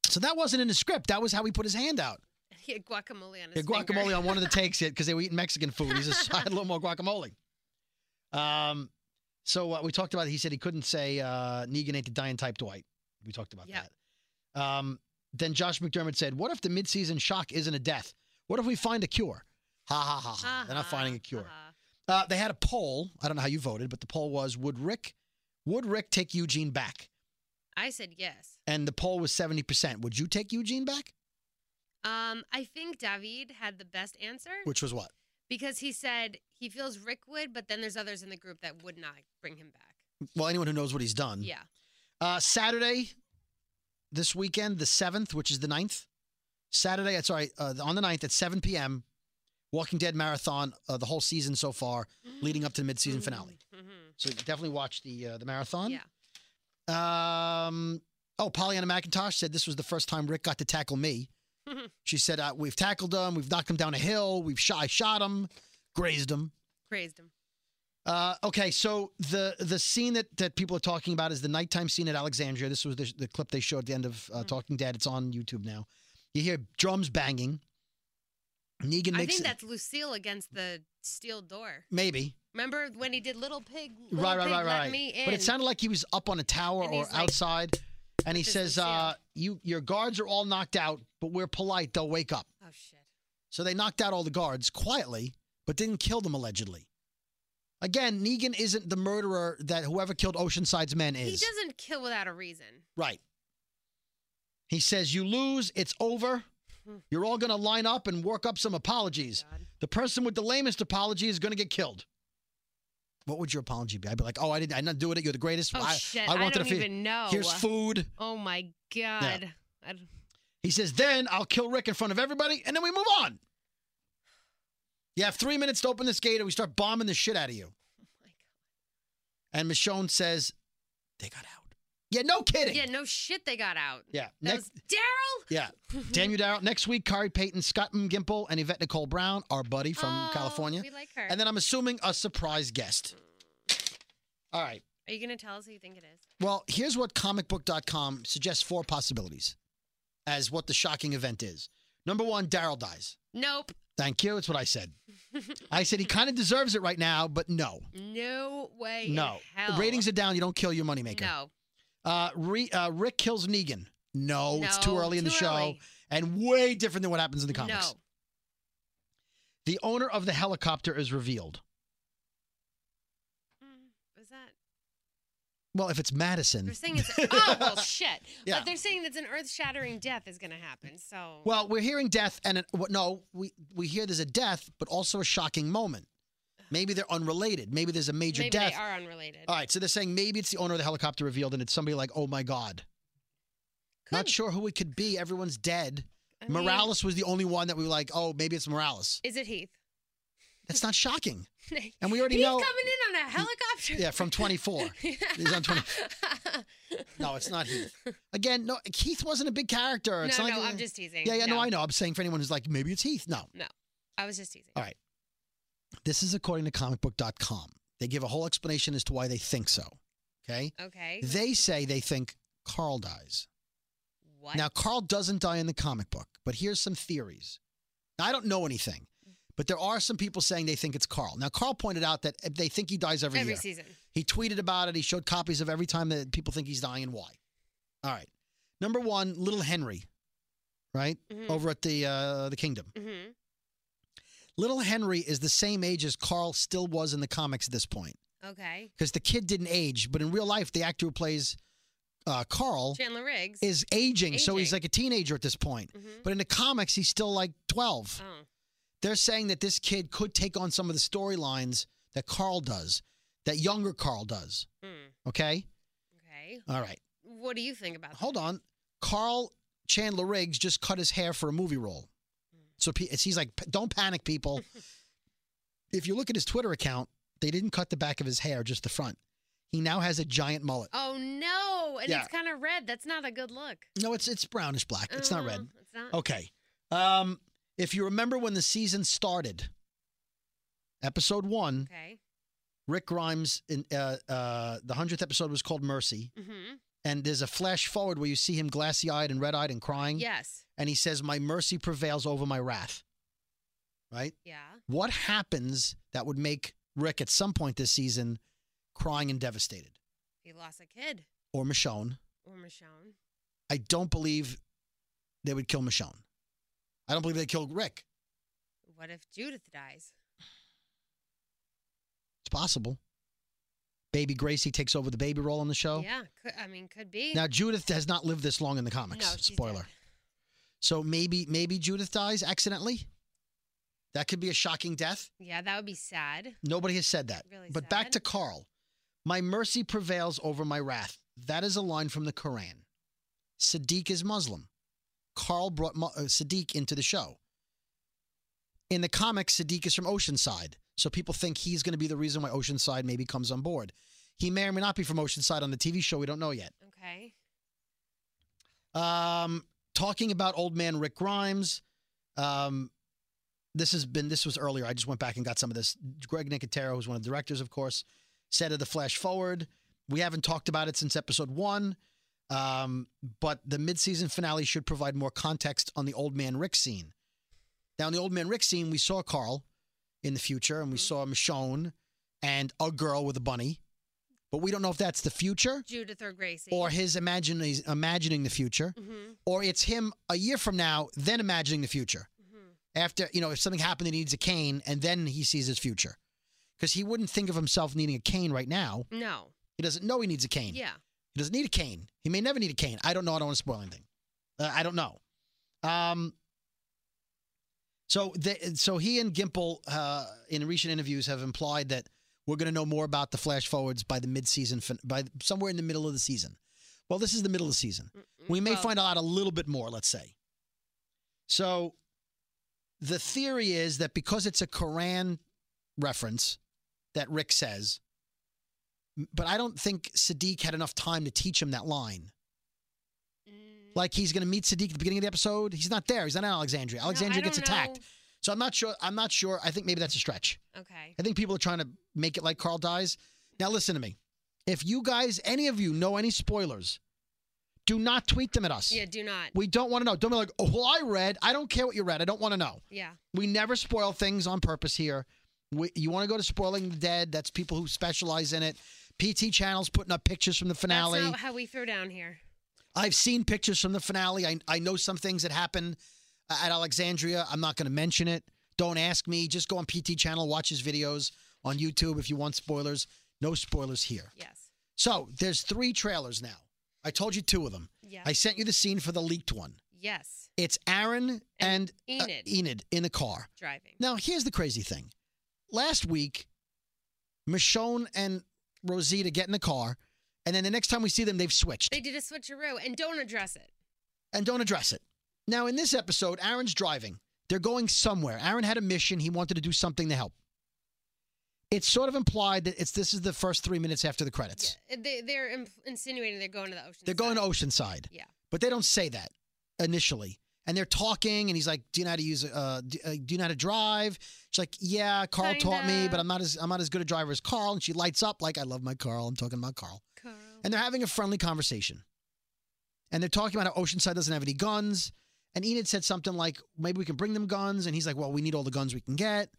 Speaker 3: So that wasn't in the script. That was how he put his hand out.
Speaker 2: He had guacamole on
Speaker 3: Yeah,
Speaker 2: his
Speaker 3: guacamole
Speaker 2: finger.
Speaker 3: on one of [LAUGHS] the takes it because they were eating Mexican food. He just [LAUGHS] had a little more guacamole. Um, so uh, we talked about. He said he couldn't say uh, Negan ain't the dying type Dwight. We talked about
Speaker 2: Yep.
Speaker 3: that. Um, then Josh McDermott said, "What if the midseason shock isn't a death? What if we find a cure?" Ha ha ha! ha. They're Ah, not
Speaker 2: Uh-huh,
Speaker 3: finding a cure.
Speaker 2: uh-huh.
Speaker 3: Uh, they had a poll. I don't know how you voted, but the poll was: Would Rick, would Rick take Eugene back?
Speaker 2: I said yes.
Speaker 3: And the poll was seventy percent. Would you take Eugene back?
Speaker 2: Um, I think David had the best answer
Speaker 3: Which was what?
Speaker 2: because he said he feels Rick would, but then there's others in the group that would not bring him back.
Speaker 3: Well, anyone who knows what he's done.
Speaker 2: Yeah.
Speaker 3: Uh, Saturday, this weekend, the 7th, which is the 9th. Saturday, uh, sorry, uh, on the 9th at 7 p.m., Walking Dead Marathon, uh, the whole season so far, leading up to the midseason finale.
Speaker 2: Mhm.
Speaker 3: So you definitely watch the uh, the marathon.
Speaker 2: Yeah.
Speaker 3: Um, oh, Pollyanna McIntosh said this was the first time Rick got to tackle me. she said, uh, We've tackled him, we've knocked him down a hill, we've shot, I shot him, grazed him.
Speaker 2: Praised him.
Speaker 3: Uh, okay, so the the scene that, that people are talking about is the nighttime scene at Alexandria. This was the, the clip they showed at the end of uh,
Speaker 2: Mhm.
Speaker 3: Talking Dead. It's on YouTube now. You hear drums banging. Negan
Speaker 2: I
Speaker 3: makes
Speaker 2: think
Speaker 3: it,
Speaker 2: that's Lucille against the steel door.
Speaker 3: maybe,
Speaker 2: Remember when he did Little Pig? Little
Speaker 3: right, right,
Speaker 2: Pig,
Speaker 3: right,
Speaker 2: Let
Speaker 3: right.
Speaker 2: Me in.
Speaker 3: But it sounded like he was up on a tower
Speaker 2: And
Speaker 3: or
Speaker 2: he's like,
Speaker 3: outside, and he
Speaker 2: "This is
Speaker 3: says,
Speaker 2: Lucille."
Speaker 3: uh, "You your guards are all knocked out, but we're polite. They'll wake up."
Speaker 2: Oh shit!
Speaker 3: So they knocked out all the guards quietly, but didn't kill them allegedly. Again, Negan isn't the murderer that whoever killed Oceanside's men
Speaker 2: He
Speaker 3: is.
Speaker 2: doesn't kill without a reason.
Speaker 3: Right. He says, You lose, it's over.
Speaker 2: Hmm.
Speaker 3: You're all going to line up and work up some apologies.
Speaker 2: God.
Speaker 3: The person with the lamest apology is going to get killed. What would your apology be? I'd be like, Oh, I didn't, I didn't do it. You're the greatest.
Speaker 2: Oh
Speaker 3: I,
Speaker 2: shit!
Speaker 3: I
Speaker 2: I,
Speaker 3: wanted to
Speaker 2: don't
Speaker 3: feel-
Speaker 2: even know.
Speaker 3: Here's food.
Speaker 2: oh my god! I oh, d-
Speaker 3: He says, Then I'll kill Rick in front of everybody, and then we move on. You have three minutes to open this gate, and we start bombing the shit out of you.
Speaker 2: my
Speaker 3: And Michonne says, They got out. Yeah, no
Speaker 2: God.
Speaker 3: kidding.
Speaker 2: Yeah, no shit. They got out.
Speaker 3: Yeah,
Speaker 2: That
Speaker 3: next-
Speaker 2: was Daryl.
Speaker 3: Yeah.
Speaker 2: Mm-hmm.
Speaker 3: Damn you, Daryl. Next week, Kari Payton, Scott M. Gimple, and Yvette Nicole Brown, our buddy from
Speaker 2: Oh,
Speaker 3: California.
Speaker 2: We like her.
Speaker 3: And then I'm assuming a surprise guest. All right.
Speaker 2: Are you gonna tell us who you think it is?
Speaker 3: Well, here's what comicbook.com suggests four possibilities as what the shocking event is. Number one, Daryl dies.
Speaker 2: Nope.
Speaker 3: Thank you. It's what I
Speaker 2: [LAUGHS]
Speaker 3: said. I said he kind of deserves it right now, but no.
Speaker 2: No way. in
Speaker 3: No.
Speaker 2: Hell.
Speaker 3: Ratings are down. You don't kill your moneymaker.
Speaker 2: No.
Speaker 3: Uh, Re- uh, Rick kills Negan. No, Oh, it's too
Speaker 2: No,
Speaker 3: early in the
Speaker 2: too
Speaker 3: show
Speaker 2: early.
Speaker 3: and way different than what happens in the comics.
Speaker 2: No.
Speaker 3: The owner of the helicopter is revealed.
Speaker 2: Mm, Was that?
Speaker 3: Well, if it's Madison.
Speaker 2: They're
Speaker 3: [LAUGHS]
Speaker 2: saying it's. oh well, shit.
Speaker 3: Yeah.
Speaker 2: But they're saying that's an earth-shattering death is gonna happen. So.
Speaker 3: Well, we're hearing death, and an, well, no, we we hear there's a death, but also a shocking moment. Maybe they're unrelated. Maybe there's a major
Speaker 2: maybe
Speaker 3: death. Uh,
Speaker 2: they are unrelated.
Speaker 3: All right, so they're saying maybe it's the owner of the helicopter revealed, and it's somebody like, oh my god, not
Speaker 2: Could-
Speaker 3: sure who it could be. Everyone's dead.
Speaker 2: I mean,
Speaker 3: Morales was the only one that we were like, oh, maybe it's Morales.
Speaker 2: Is it Heath? [LAUGHS]
Speaker 3: That's not shocking,
Speaker 2: and
Speaker 3: and we already
Speaker 2: He's
Speaker 3: know.
Speaker 2: coming in on a helicopter.
Speaker 3: Yeah,
Speaker 2: [LAUGHS]
Speaker 3: from 24. He's on 20. No, it's not
Speaker 2: [LAUGHS]
Speaker 3: Heath. Again, no, Keith wasn't a big character. It's
Speaker 2: no,
Speaker 3: not
Speaker 2: no,
Speaker 3: like, uh,
Speaker 2: I'm just teasing.
Speaker 3: Yeah, yeah, no. I know. I'm saying for anyone who's like, maybe it's Heath. No,
Speaker 2: I was just teasing.
Speaker 3: All right. this is according to comicbook.com. They give a whole explanation as to why they think so. Okay.
Speaker 2: Okay.
Speaker 3: They say they think Carl dies.
Speaker 2: What?
Speaker 3: Now, Carl doesn't die in the comic book, but here's some theories. Now, I don't know anything, but there are some people saying they think it's Carl. Now, Carl pointed out that they think he dies every,
Speaker 2: every
Speaker 3: year.
Speaker 2: season.
Speaker 3: He tweeted about it. He showed copies of every time that people think he's dying and why. All right. Number one, little Henry, right?
Speaker 2: Mhm.
Speaker 3: Over at the uh, the kingdom.
Speaker 2: Mhm.
Speaker 3: Little Henry is the same age as Carl still was in the comics at this point
Speaker 2: Okay.
Speaker 3: because the kid didn't age, but in real life, the actor who plays uh, Carl
Speaker 2: Chandler Riggs.
Speaker 3: is aging, so he's
Speaker 2: Aging.
Speaker 3: like a teenager at this point.
Speaker 2: Mhm.
Speaker 3: But in the comics, he's still like 12.
Speaker 2: Oh.
Speaker 3: They're saying that this kid could take on some of the storylines that Carl does, that younger Carl does.
Speaker 2: Mm.
Speaker 3: Okay?
Speaker 2: Okay.
Speaker 3: All right.
Speaker 2: What do you think about
Speaker 3: Hold on. Carl Chandler Riggs just cut his hair for a movie role.
Speaker 2: Hmm.
Speaker 3: So pe- it's- he's like, "P- don't panic,
Speaker 2: [LAUGHS]
Speaker 3: people. if you look at his Twitter account, they didn't cut the back of his hair, just the front. He now has a giant mullet.
Speaker 2: that? Oh no! And
Speaker 3: Yeah.
Speaker 2: it's kind of red. That's not a good look.
Speaker 3: No, it's it's brownish black. It's not
Speaker 2: Uh,
Speaker 3: red.
Speaker 2: It's not.
Speaker 3: Okay. Um, if you remember when the season started, episode one,
Speaker 2: Okay.
Speaker 3: Rick Grimes in uh, uh, the hundredth episode was called Mercy,
Speaker 2: Mhm.
Speaker 3: and there's a flash forward where you see him glassy eyed and red eyed and crying.
Speaker 2: Yes.
Speaker 3: and he says, My mercy prevails over my wrath. Right?
Speaker 2: Yeah.
Speaker 3: What happens that would make Rick at some point this season crying and devastated?
Speaker 2: He lost a kid.
Speaker 3: Or Michonne.
Speaker 2: Or Michonne.
Speaker 3: I don't believe they would kill Michonne. I don't believe they killed Rick.
Speaker 2: What if Judith dies?
Speaker 3: It's possible. Baby Gracie takes over the baby role on the show.
Speaker 2: Yeah. Could, I mean, could be.
Speaker 3: Oh. Now Judith has not lived this long in the
Speaker 2: no,
Speaker 3: comics.
Speaker 2: she's dead.
Speaker 3: Spoiler. So maybe maybe Judith dies accidentally. That could be a shocking death.
Speaker 2: Yeah, that would be sad.
Speaker 3: Nobody has said that.
Speaker 2: Really
Speaker 3: but back
Speaker 2: sad.
Speaker 3: to Carl. My mercy prevails over my wrath. That is a line from the Quran. Sadiq is Muslim. Carl brought Mu- uh, Sadiq into the show. In the comics, Sadiq is from Oceanside. So people think he's going to be the reason why Oceanside maybe comes on board. He may or may not be from Oceanside on the TV show. We don't know yet.
Speaker 2: Okay.
Speaker 3: Um, talking about old man Rick Grimes. Um, this has been this was earlier. I just went back and got some of this. Greg Nicotero, who's one of the directors, of course, said of the Flash Forward. We haven't talked about it since episode one, um, but the mid-season finale should provide more context on the old man Rick scene. Now, in the old man Rick scene, we saw Carl in the future, and we
Speaker 2: Mhm.
Speaker 3: saw Michonne and a girl with a bunny, but we don't know if that's the future
Speaker 2: Judith or Gracie.
Speaker 3: or his imagining imagining the future
Speaker 2: hmm
Speaker 3: or it's him a year from now, then imagining the future.
Speaker 2: hmm
Speaker 3: After, you know, if something happened, he needs a cane, and then he sees his future. because he wouldn't think of himself needing a cane right now.
Speaker 2: No.
Speaker 3: He doesn't know he needs a cane.
Speaker 2: Yeah.
Speaker 3: He doesn't need a cane. He may never need a cane. I don't know. I don't want to spoil anything. Uh, I don't know. Um. So the, so he and Gimple uh, in recent interviews have implied that we're going to know more about the flash forwards by the midseason fin- by somewhere in the middle of the season. Well, this is the middle of the season. We may
Speaker 2: Well,
Speaker 3: find out a little bit more, let's say. So the theory is that because it's a Koran reference that Rick says, but I don't think Sadiq had enough time to teach him that line.
Speaker 2: mm,
Speaker 3: Like he's going to meet Sadiq at the beginning of the episode. He's not there. He's not in Alexandria.
Speaker 2: no, I
Speaker 3: Alexandria gets
Speaker 2: don't
Speaker 3: attacked.
Speaker 2: know.
Speaker 3: So I'm not sure. I'm not sure. I think maybe that's a stretch.
Speaker 2: Okay.
Speaker 3: I think people are trying to make it like Carl dies. Now listen to me. If you guys, any of you, know any spoilers, do not tweet them at us.
Speaker 2: Yeah, do not.
Speaker 3: We don't want to know. Don't be like, oh, well, I read. I don't care what you read. I don't want to know.
Speaker 2: Yeah.
Speaker 3: We never spoil things on purpose here. We, you want to go to Spoiling the Dead? That's people who specialize in it. PT channels putting up pictures from the finale.
Speaker 2: That's not how we throw down here.
Speaker 3: [LAUGHS] I've seen pictures from the finale. I, I know some things that happen uh, at Alexandria. I'm not going to mention it. Don't ask me. Just go on PT channel, watch his videos on YouTube if you want spoilers. No spoilers here.
Speaker 2: Yes.
Speaker 3: So there's three trailers now. I told you two of them.
Speaker 2: Yeah.
Speaker 3: I sent you the scene for the leaked one.
Speaker 2: yes.
Speaker 3: It's Aaron and,
Speaker 2: And
Speaker 3: uh,
Speaker 2: Enid.
Speaker 3: Enid in the car.
Speaker 2: Driving.
Speaker 3: Now, here's the crazy thing. Last week, Michonne and Rosita get in the car, and then the next time we see them, they've switched
Speaker 2: They did a switcheroo and don't address it.
Speaker 3: and don't address it. Now, in this episode, Aaron's driving. They're going somewhere. Aaron had a mission. He wanted to do something to help. It's sort of implied that it's this is the first three minutes after the credits.
Speaker 2: Yeah, They, they're imp- insinuating they're going to the ocean.
Speaker 3: They're going to Oceanside.
Speaker 2: side. Yeah.
Speaker 3: But they don't say that initially. And they're talking, and he's like, "Do you know how to use? Uh, do, uh, do you know how to drive?" She's like, "Yeah, Carl taught me,
Speaker 2: Kinda.
Speaker 3: but I'm not as I'm not as good a driver as Carl." And she lights up like, "I love my Carl. I'm talking about Carl."
Speaker 2: Carl.
Speaker 3: And they're having a friendly conversation. And they're talking about how Oceanside doesn't have any guns. And Enid said something like, maybe we can bring them guns. And he's like, well, we need all the guns we can get.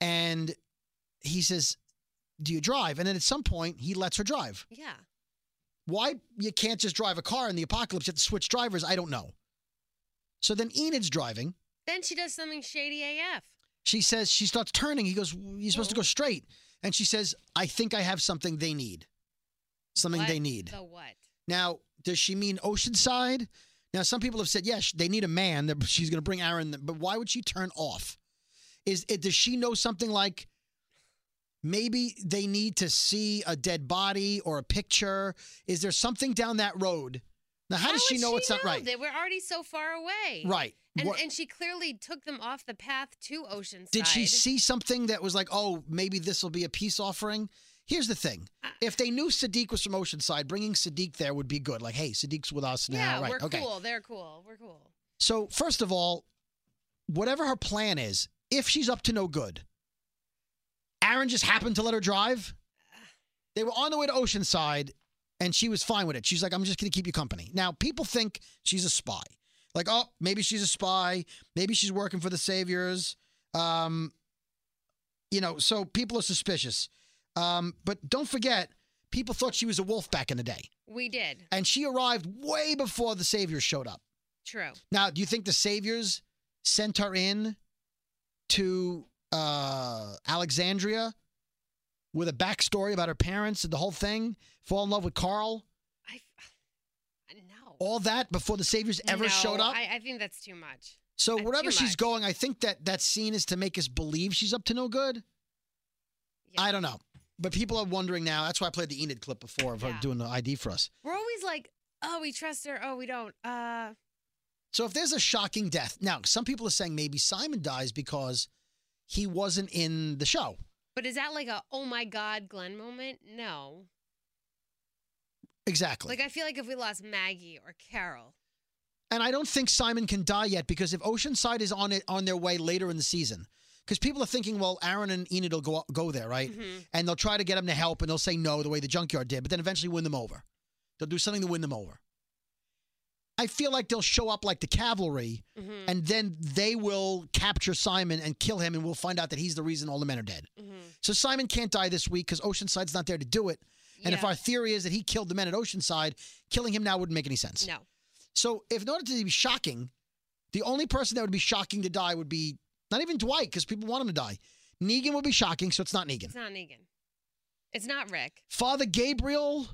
Speaker 3: And he says, do you drive? And then at some point, he lets her drive.
Speaker 2: yeah.
Speaker 3: Why you can't just drive a car in the apocalypse? You have to switch drivers. I don't know. So then Enid's driving.
Speaker 2: Then she does something shady AF.
Speaker 3: She says, she starts turning. He goes, you're supposed to
Speaker 2: Whoa.
Speaker 3: go straight. And she says, I think I have something they need. Something
Speaker 2: What
Speaker 3: they need.
Speaker 2: The what?
Speaker 3: Now, does she mean Oceanside? Now, some people have said, yes, they need a man. that She's going to bring Aaron, but why would she turn off? Is it, does she know something like maybe they need to see a dead body or a picture? Is there something down that road? Now, how, does she
Speaker 2: would
Speaker 3: know it's not right?
Speaker 2: They were already so far away.
Speaker 3: right.
Speaker 2: And,
Speaker 3: What-
Speaker 2: and she clearly took them off the path to Oceanside.
Speaker 3: did she see something that was like, oh, maybe this will be a peace offering? Here's the thing.
Speaker 2: I-
Speaker 3: If they knew Sadiq was from Oceanside, bringing Sadiq there would be good. Like, hey, Sadiq's with us now.
Speaker 2: Yeah,
Speaker 3: right.
Speaker 2: we're
Speaker 3: okay.
Speaker 2: cool. They're cool. We're cool.
Speaker 3: So, first of all, whatever her plan is, if she's up to no good, Aaron just happened to let her drive. They were on the way to Oceanside and she was fine with it. She's like, I'm just going to keep you company. Now, people think she's a spy. Like, oh, maybe she's a spy. Maybe she's working for the Saviors. Um, you know, so people are suspicious. Um, but don't forget, people thought she was a wolf back in the day.
Speaker 2: We did.
Speaker 3: And she arrived way before the Saviors showed up.
Speaker 2: True.
Speaker 3: Now, do you think the saviors sent her in to uh, Alexandria with a backstory about her parents and the whole thing? Fall in love with Carl?
Speaker 2: I no.
Speaker 3: All that before the saviors ever
Speaker 2: No,
Speaker 3: showed up?
Speaker 2: I, I think that's too much.
Speaker 3: so
Speaker 2: uh, too
Speaker 3: wherever she's
Speaker 2: much.
Speaker 3: going, I think that that scene is to make us believe she's up to no good.
Speaker 2: Yeah.
Speaker 3: I don't know. But people are wondering now. That's why I played the Enid clip before of her
Speaker 2: Yeah.
Speaker 3: doing the ID for us.
Speaker 2: We're always like, oh, we trust her. Oh, we don't. Uh,
Speaker 3: So if there's a shocking death, now some people are saying maybe Simon dies because he wasn't in the show.
Speaker 2: but is that like a oh my god Glenn moment? No.
Speaker 3: Exactly.
Speaker 2: Like I feel like if we lost Maggie or Carol,
Speaker 3: And I don't think Simon can die yet because if Oceanside is on it on their way later in the season, because people are thinking, well, Aaron and Enid will go go there, right?
Speaker 2: Mhm.
Speaker 3: And they'll try to get him to help, and they'll say no, the way the junkyard did, but then eventually win them over. They'll do something to win them over. I feel like they'll show up like the cavalry,
Speaker 2: Mhm.
Speaker 3: and then they will capture Simon and kill him, and we'll find out that he's the reason all the men are dead.
Speaker 2: Mhm.
Speaker 3: So Simon can't die this week because Oceanside's not there to do it. And if
Speaker 2: Yeah.
Speaker 3: our theory is that he killed the men at Oceanside, killing him now wouldn't make any sense.
Speaker 2: no,
Speaker 3: So, if in order to be shocking, the only person that would be shocking to die would be not even Dwight, because people want him to die. Negan would be shocking, so it's not Negan.
Speaker 2: It's not Negan. It's not Rick.
Speaker 3: Father Gabriel,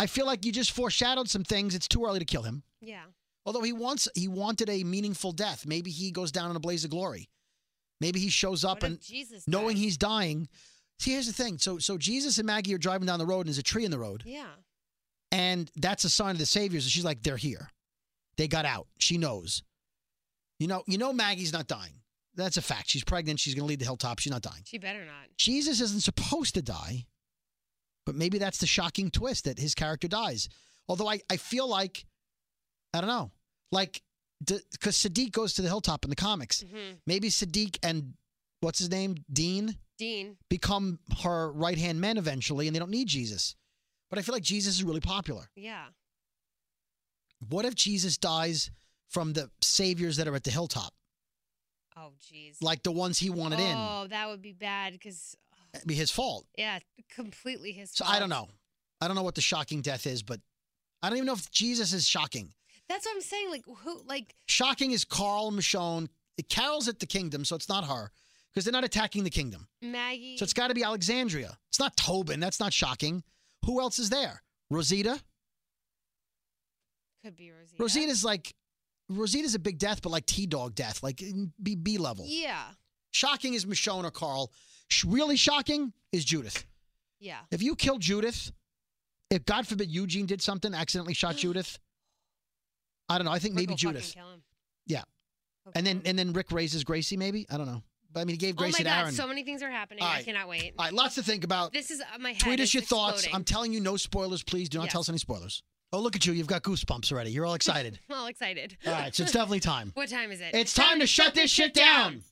Speaker 3: I feel like you just foreshadowed some things. It's too early to kill him.
Speaker 2: Yeah.
Speaker 3: Although he wants he wanted a meaningful death. Maybe he goes down in a blaze of glory. Maybe he shows up
Speaker 2: What if
Speaker 3: and
Speaker 2: Jesus
Speaker 3: knowing
Speaker 2: died?
Speaker 3: he's dying. See, here's the thing. So so Jesus and Maggie are driving down the road and there's a tree in the road.
Speaker 2: Yeah.
Speaker 3: And that's a sign of the saviors. And she's like, they're here. They got out. She knows. You know, you know Maggie's not dying. That's a fact. She's pregnant. She's gonna leave the hilltop. She's not dying.
Speaker 2: She better not.
Speaker 3: Jesus isn't supposed to die, but maybe that's the shocking twist that his character dies. Although I, I feel like, I don't know, like, because Sadiq goes to the hilltop in the comics.
Speaker 2: hmm
Speaker 3: Maybe Sadiq and what's his name, Dean,
Speaker 2: Dean.
Speaker 3: become her right hand men eventually, and they don't need Jesus. But I feel like Jesus is really popular.
Speaker 2: Yeah.
Speaker 3: What if Jesus dies from the saviors that are at the hilltop,
Speaker 2: Oh, jeez.
Speaker 3: like the ones he wanted
Speaker 2: Oh, that would be bad because,
Speaker 3: in? It'd be his fault.
Speaker 2: yeah, completely his
Speaker 3: So
Speaker 2: fault.
Speaker 3: I don't know. I don't know what the shocking death is, but I don't even know if Jesus is shocking.
Speaker 2: That's what I'm saying. Like, who, like,
Speaker 3: Shocking is Carl Michonne. Carol's at the kingdom, so it's not her because they're not attacking the kingdom.
Speaker 2: Maggie.
Speaker 3: So it's got to be Alexandria. It's not Tobin. That's not shocking. Who else is there? Rosita.
Speaker 2: could be Rosita.
Speaker 3: Rosita's like Rosita's a big death, but like T Dog death, like in B B level.
Speaker 2: Yeah.
Speaker 3: Shocking is Michonne or Carl. Sh- really shocking is Judith.
Speaker 2: Yeah.
Speaker 3: If you kill Judith, if God forbid Eugene did something, accidentally shot Judith. I don't know. I think
Speaker 2: Or
Speaker 3: maybe
Speaker 2: go Mm. fucking
Speaker 3: Judith.
Speaker 2: Kill him.
Speaker 3: Yeah.
Speaker 2: Go
Speaker 3: And
Speaker 2: kill
Speaker 3: then
Speaker 2: him.
Speaker 3: and then Rick raises Gracie, maybe? I don't know. But I mean he gave Gracie
Speaker 2: oh my
Speaker 3: to
Speaker 2: God,
Speaker 3: Aaron.
Speaker 2: so many things are happening.
Speaker 3: All
Speaker 2: I
Speaker 3: right.
Speaker 2: cannot wait.
Speaker 3: All right, lots to think about.
Speaker 2: This is uh, my head.
Speaker 3: Tweet us
Speaker 2: is
Speaker 3: your thoughts.
Speaker 2: [LAUGHS] exploding.
Speaker 3: I'm telling you, no spoilers, please. Do not
Speaker 2: Yeah.
Speaker 3: tell us any spoilers. Oh, look at you. You've got goosebumps
Speaker 2: [LAUGHS]
Speaker 3: already. You're all excited.
Speaker 2: all excited.
Speaker 3: all right, so it's definitely time.
Speaker 2: [LAUGHS] what time is it?
Speaker 3: It's time to shut this shit down.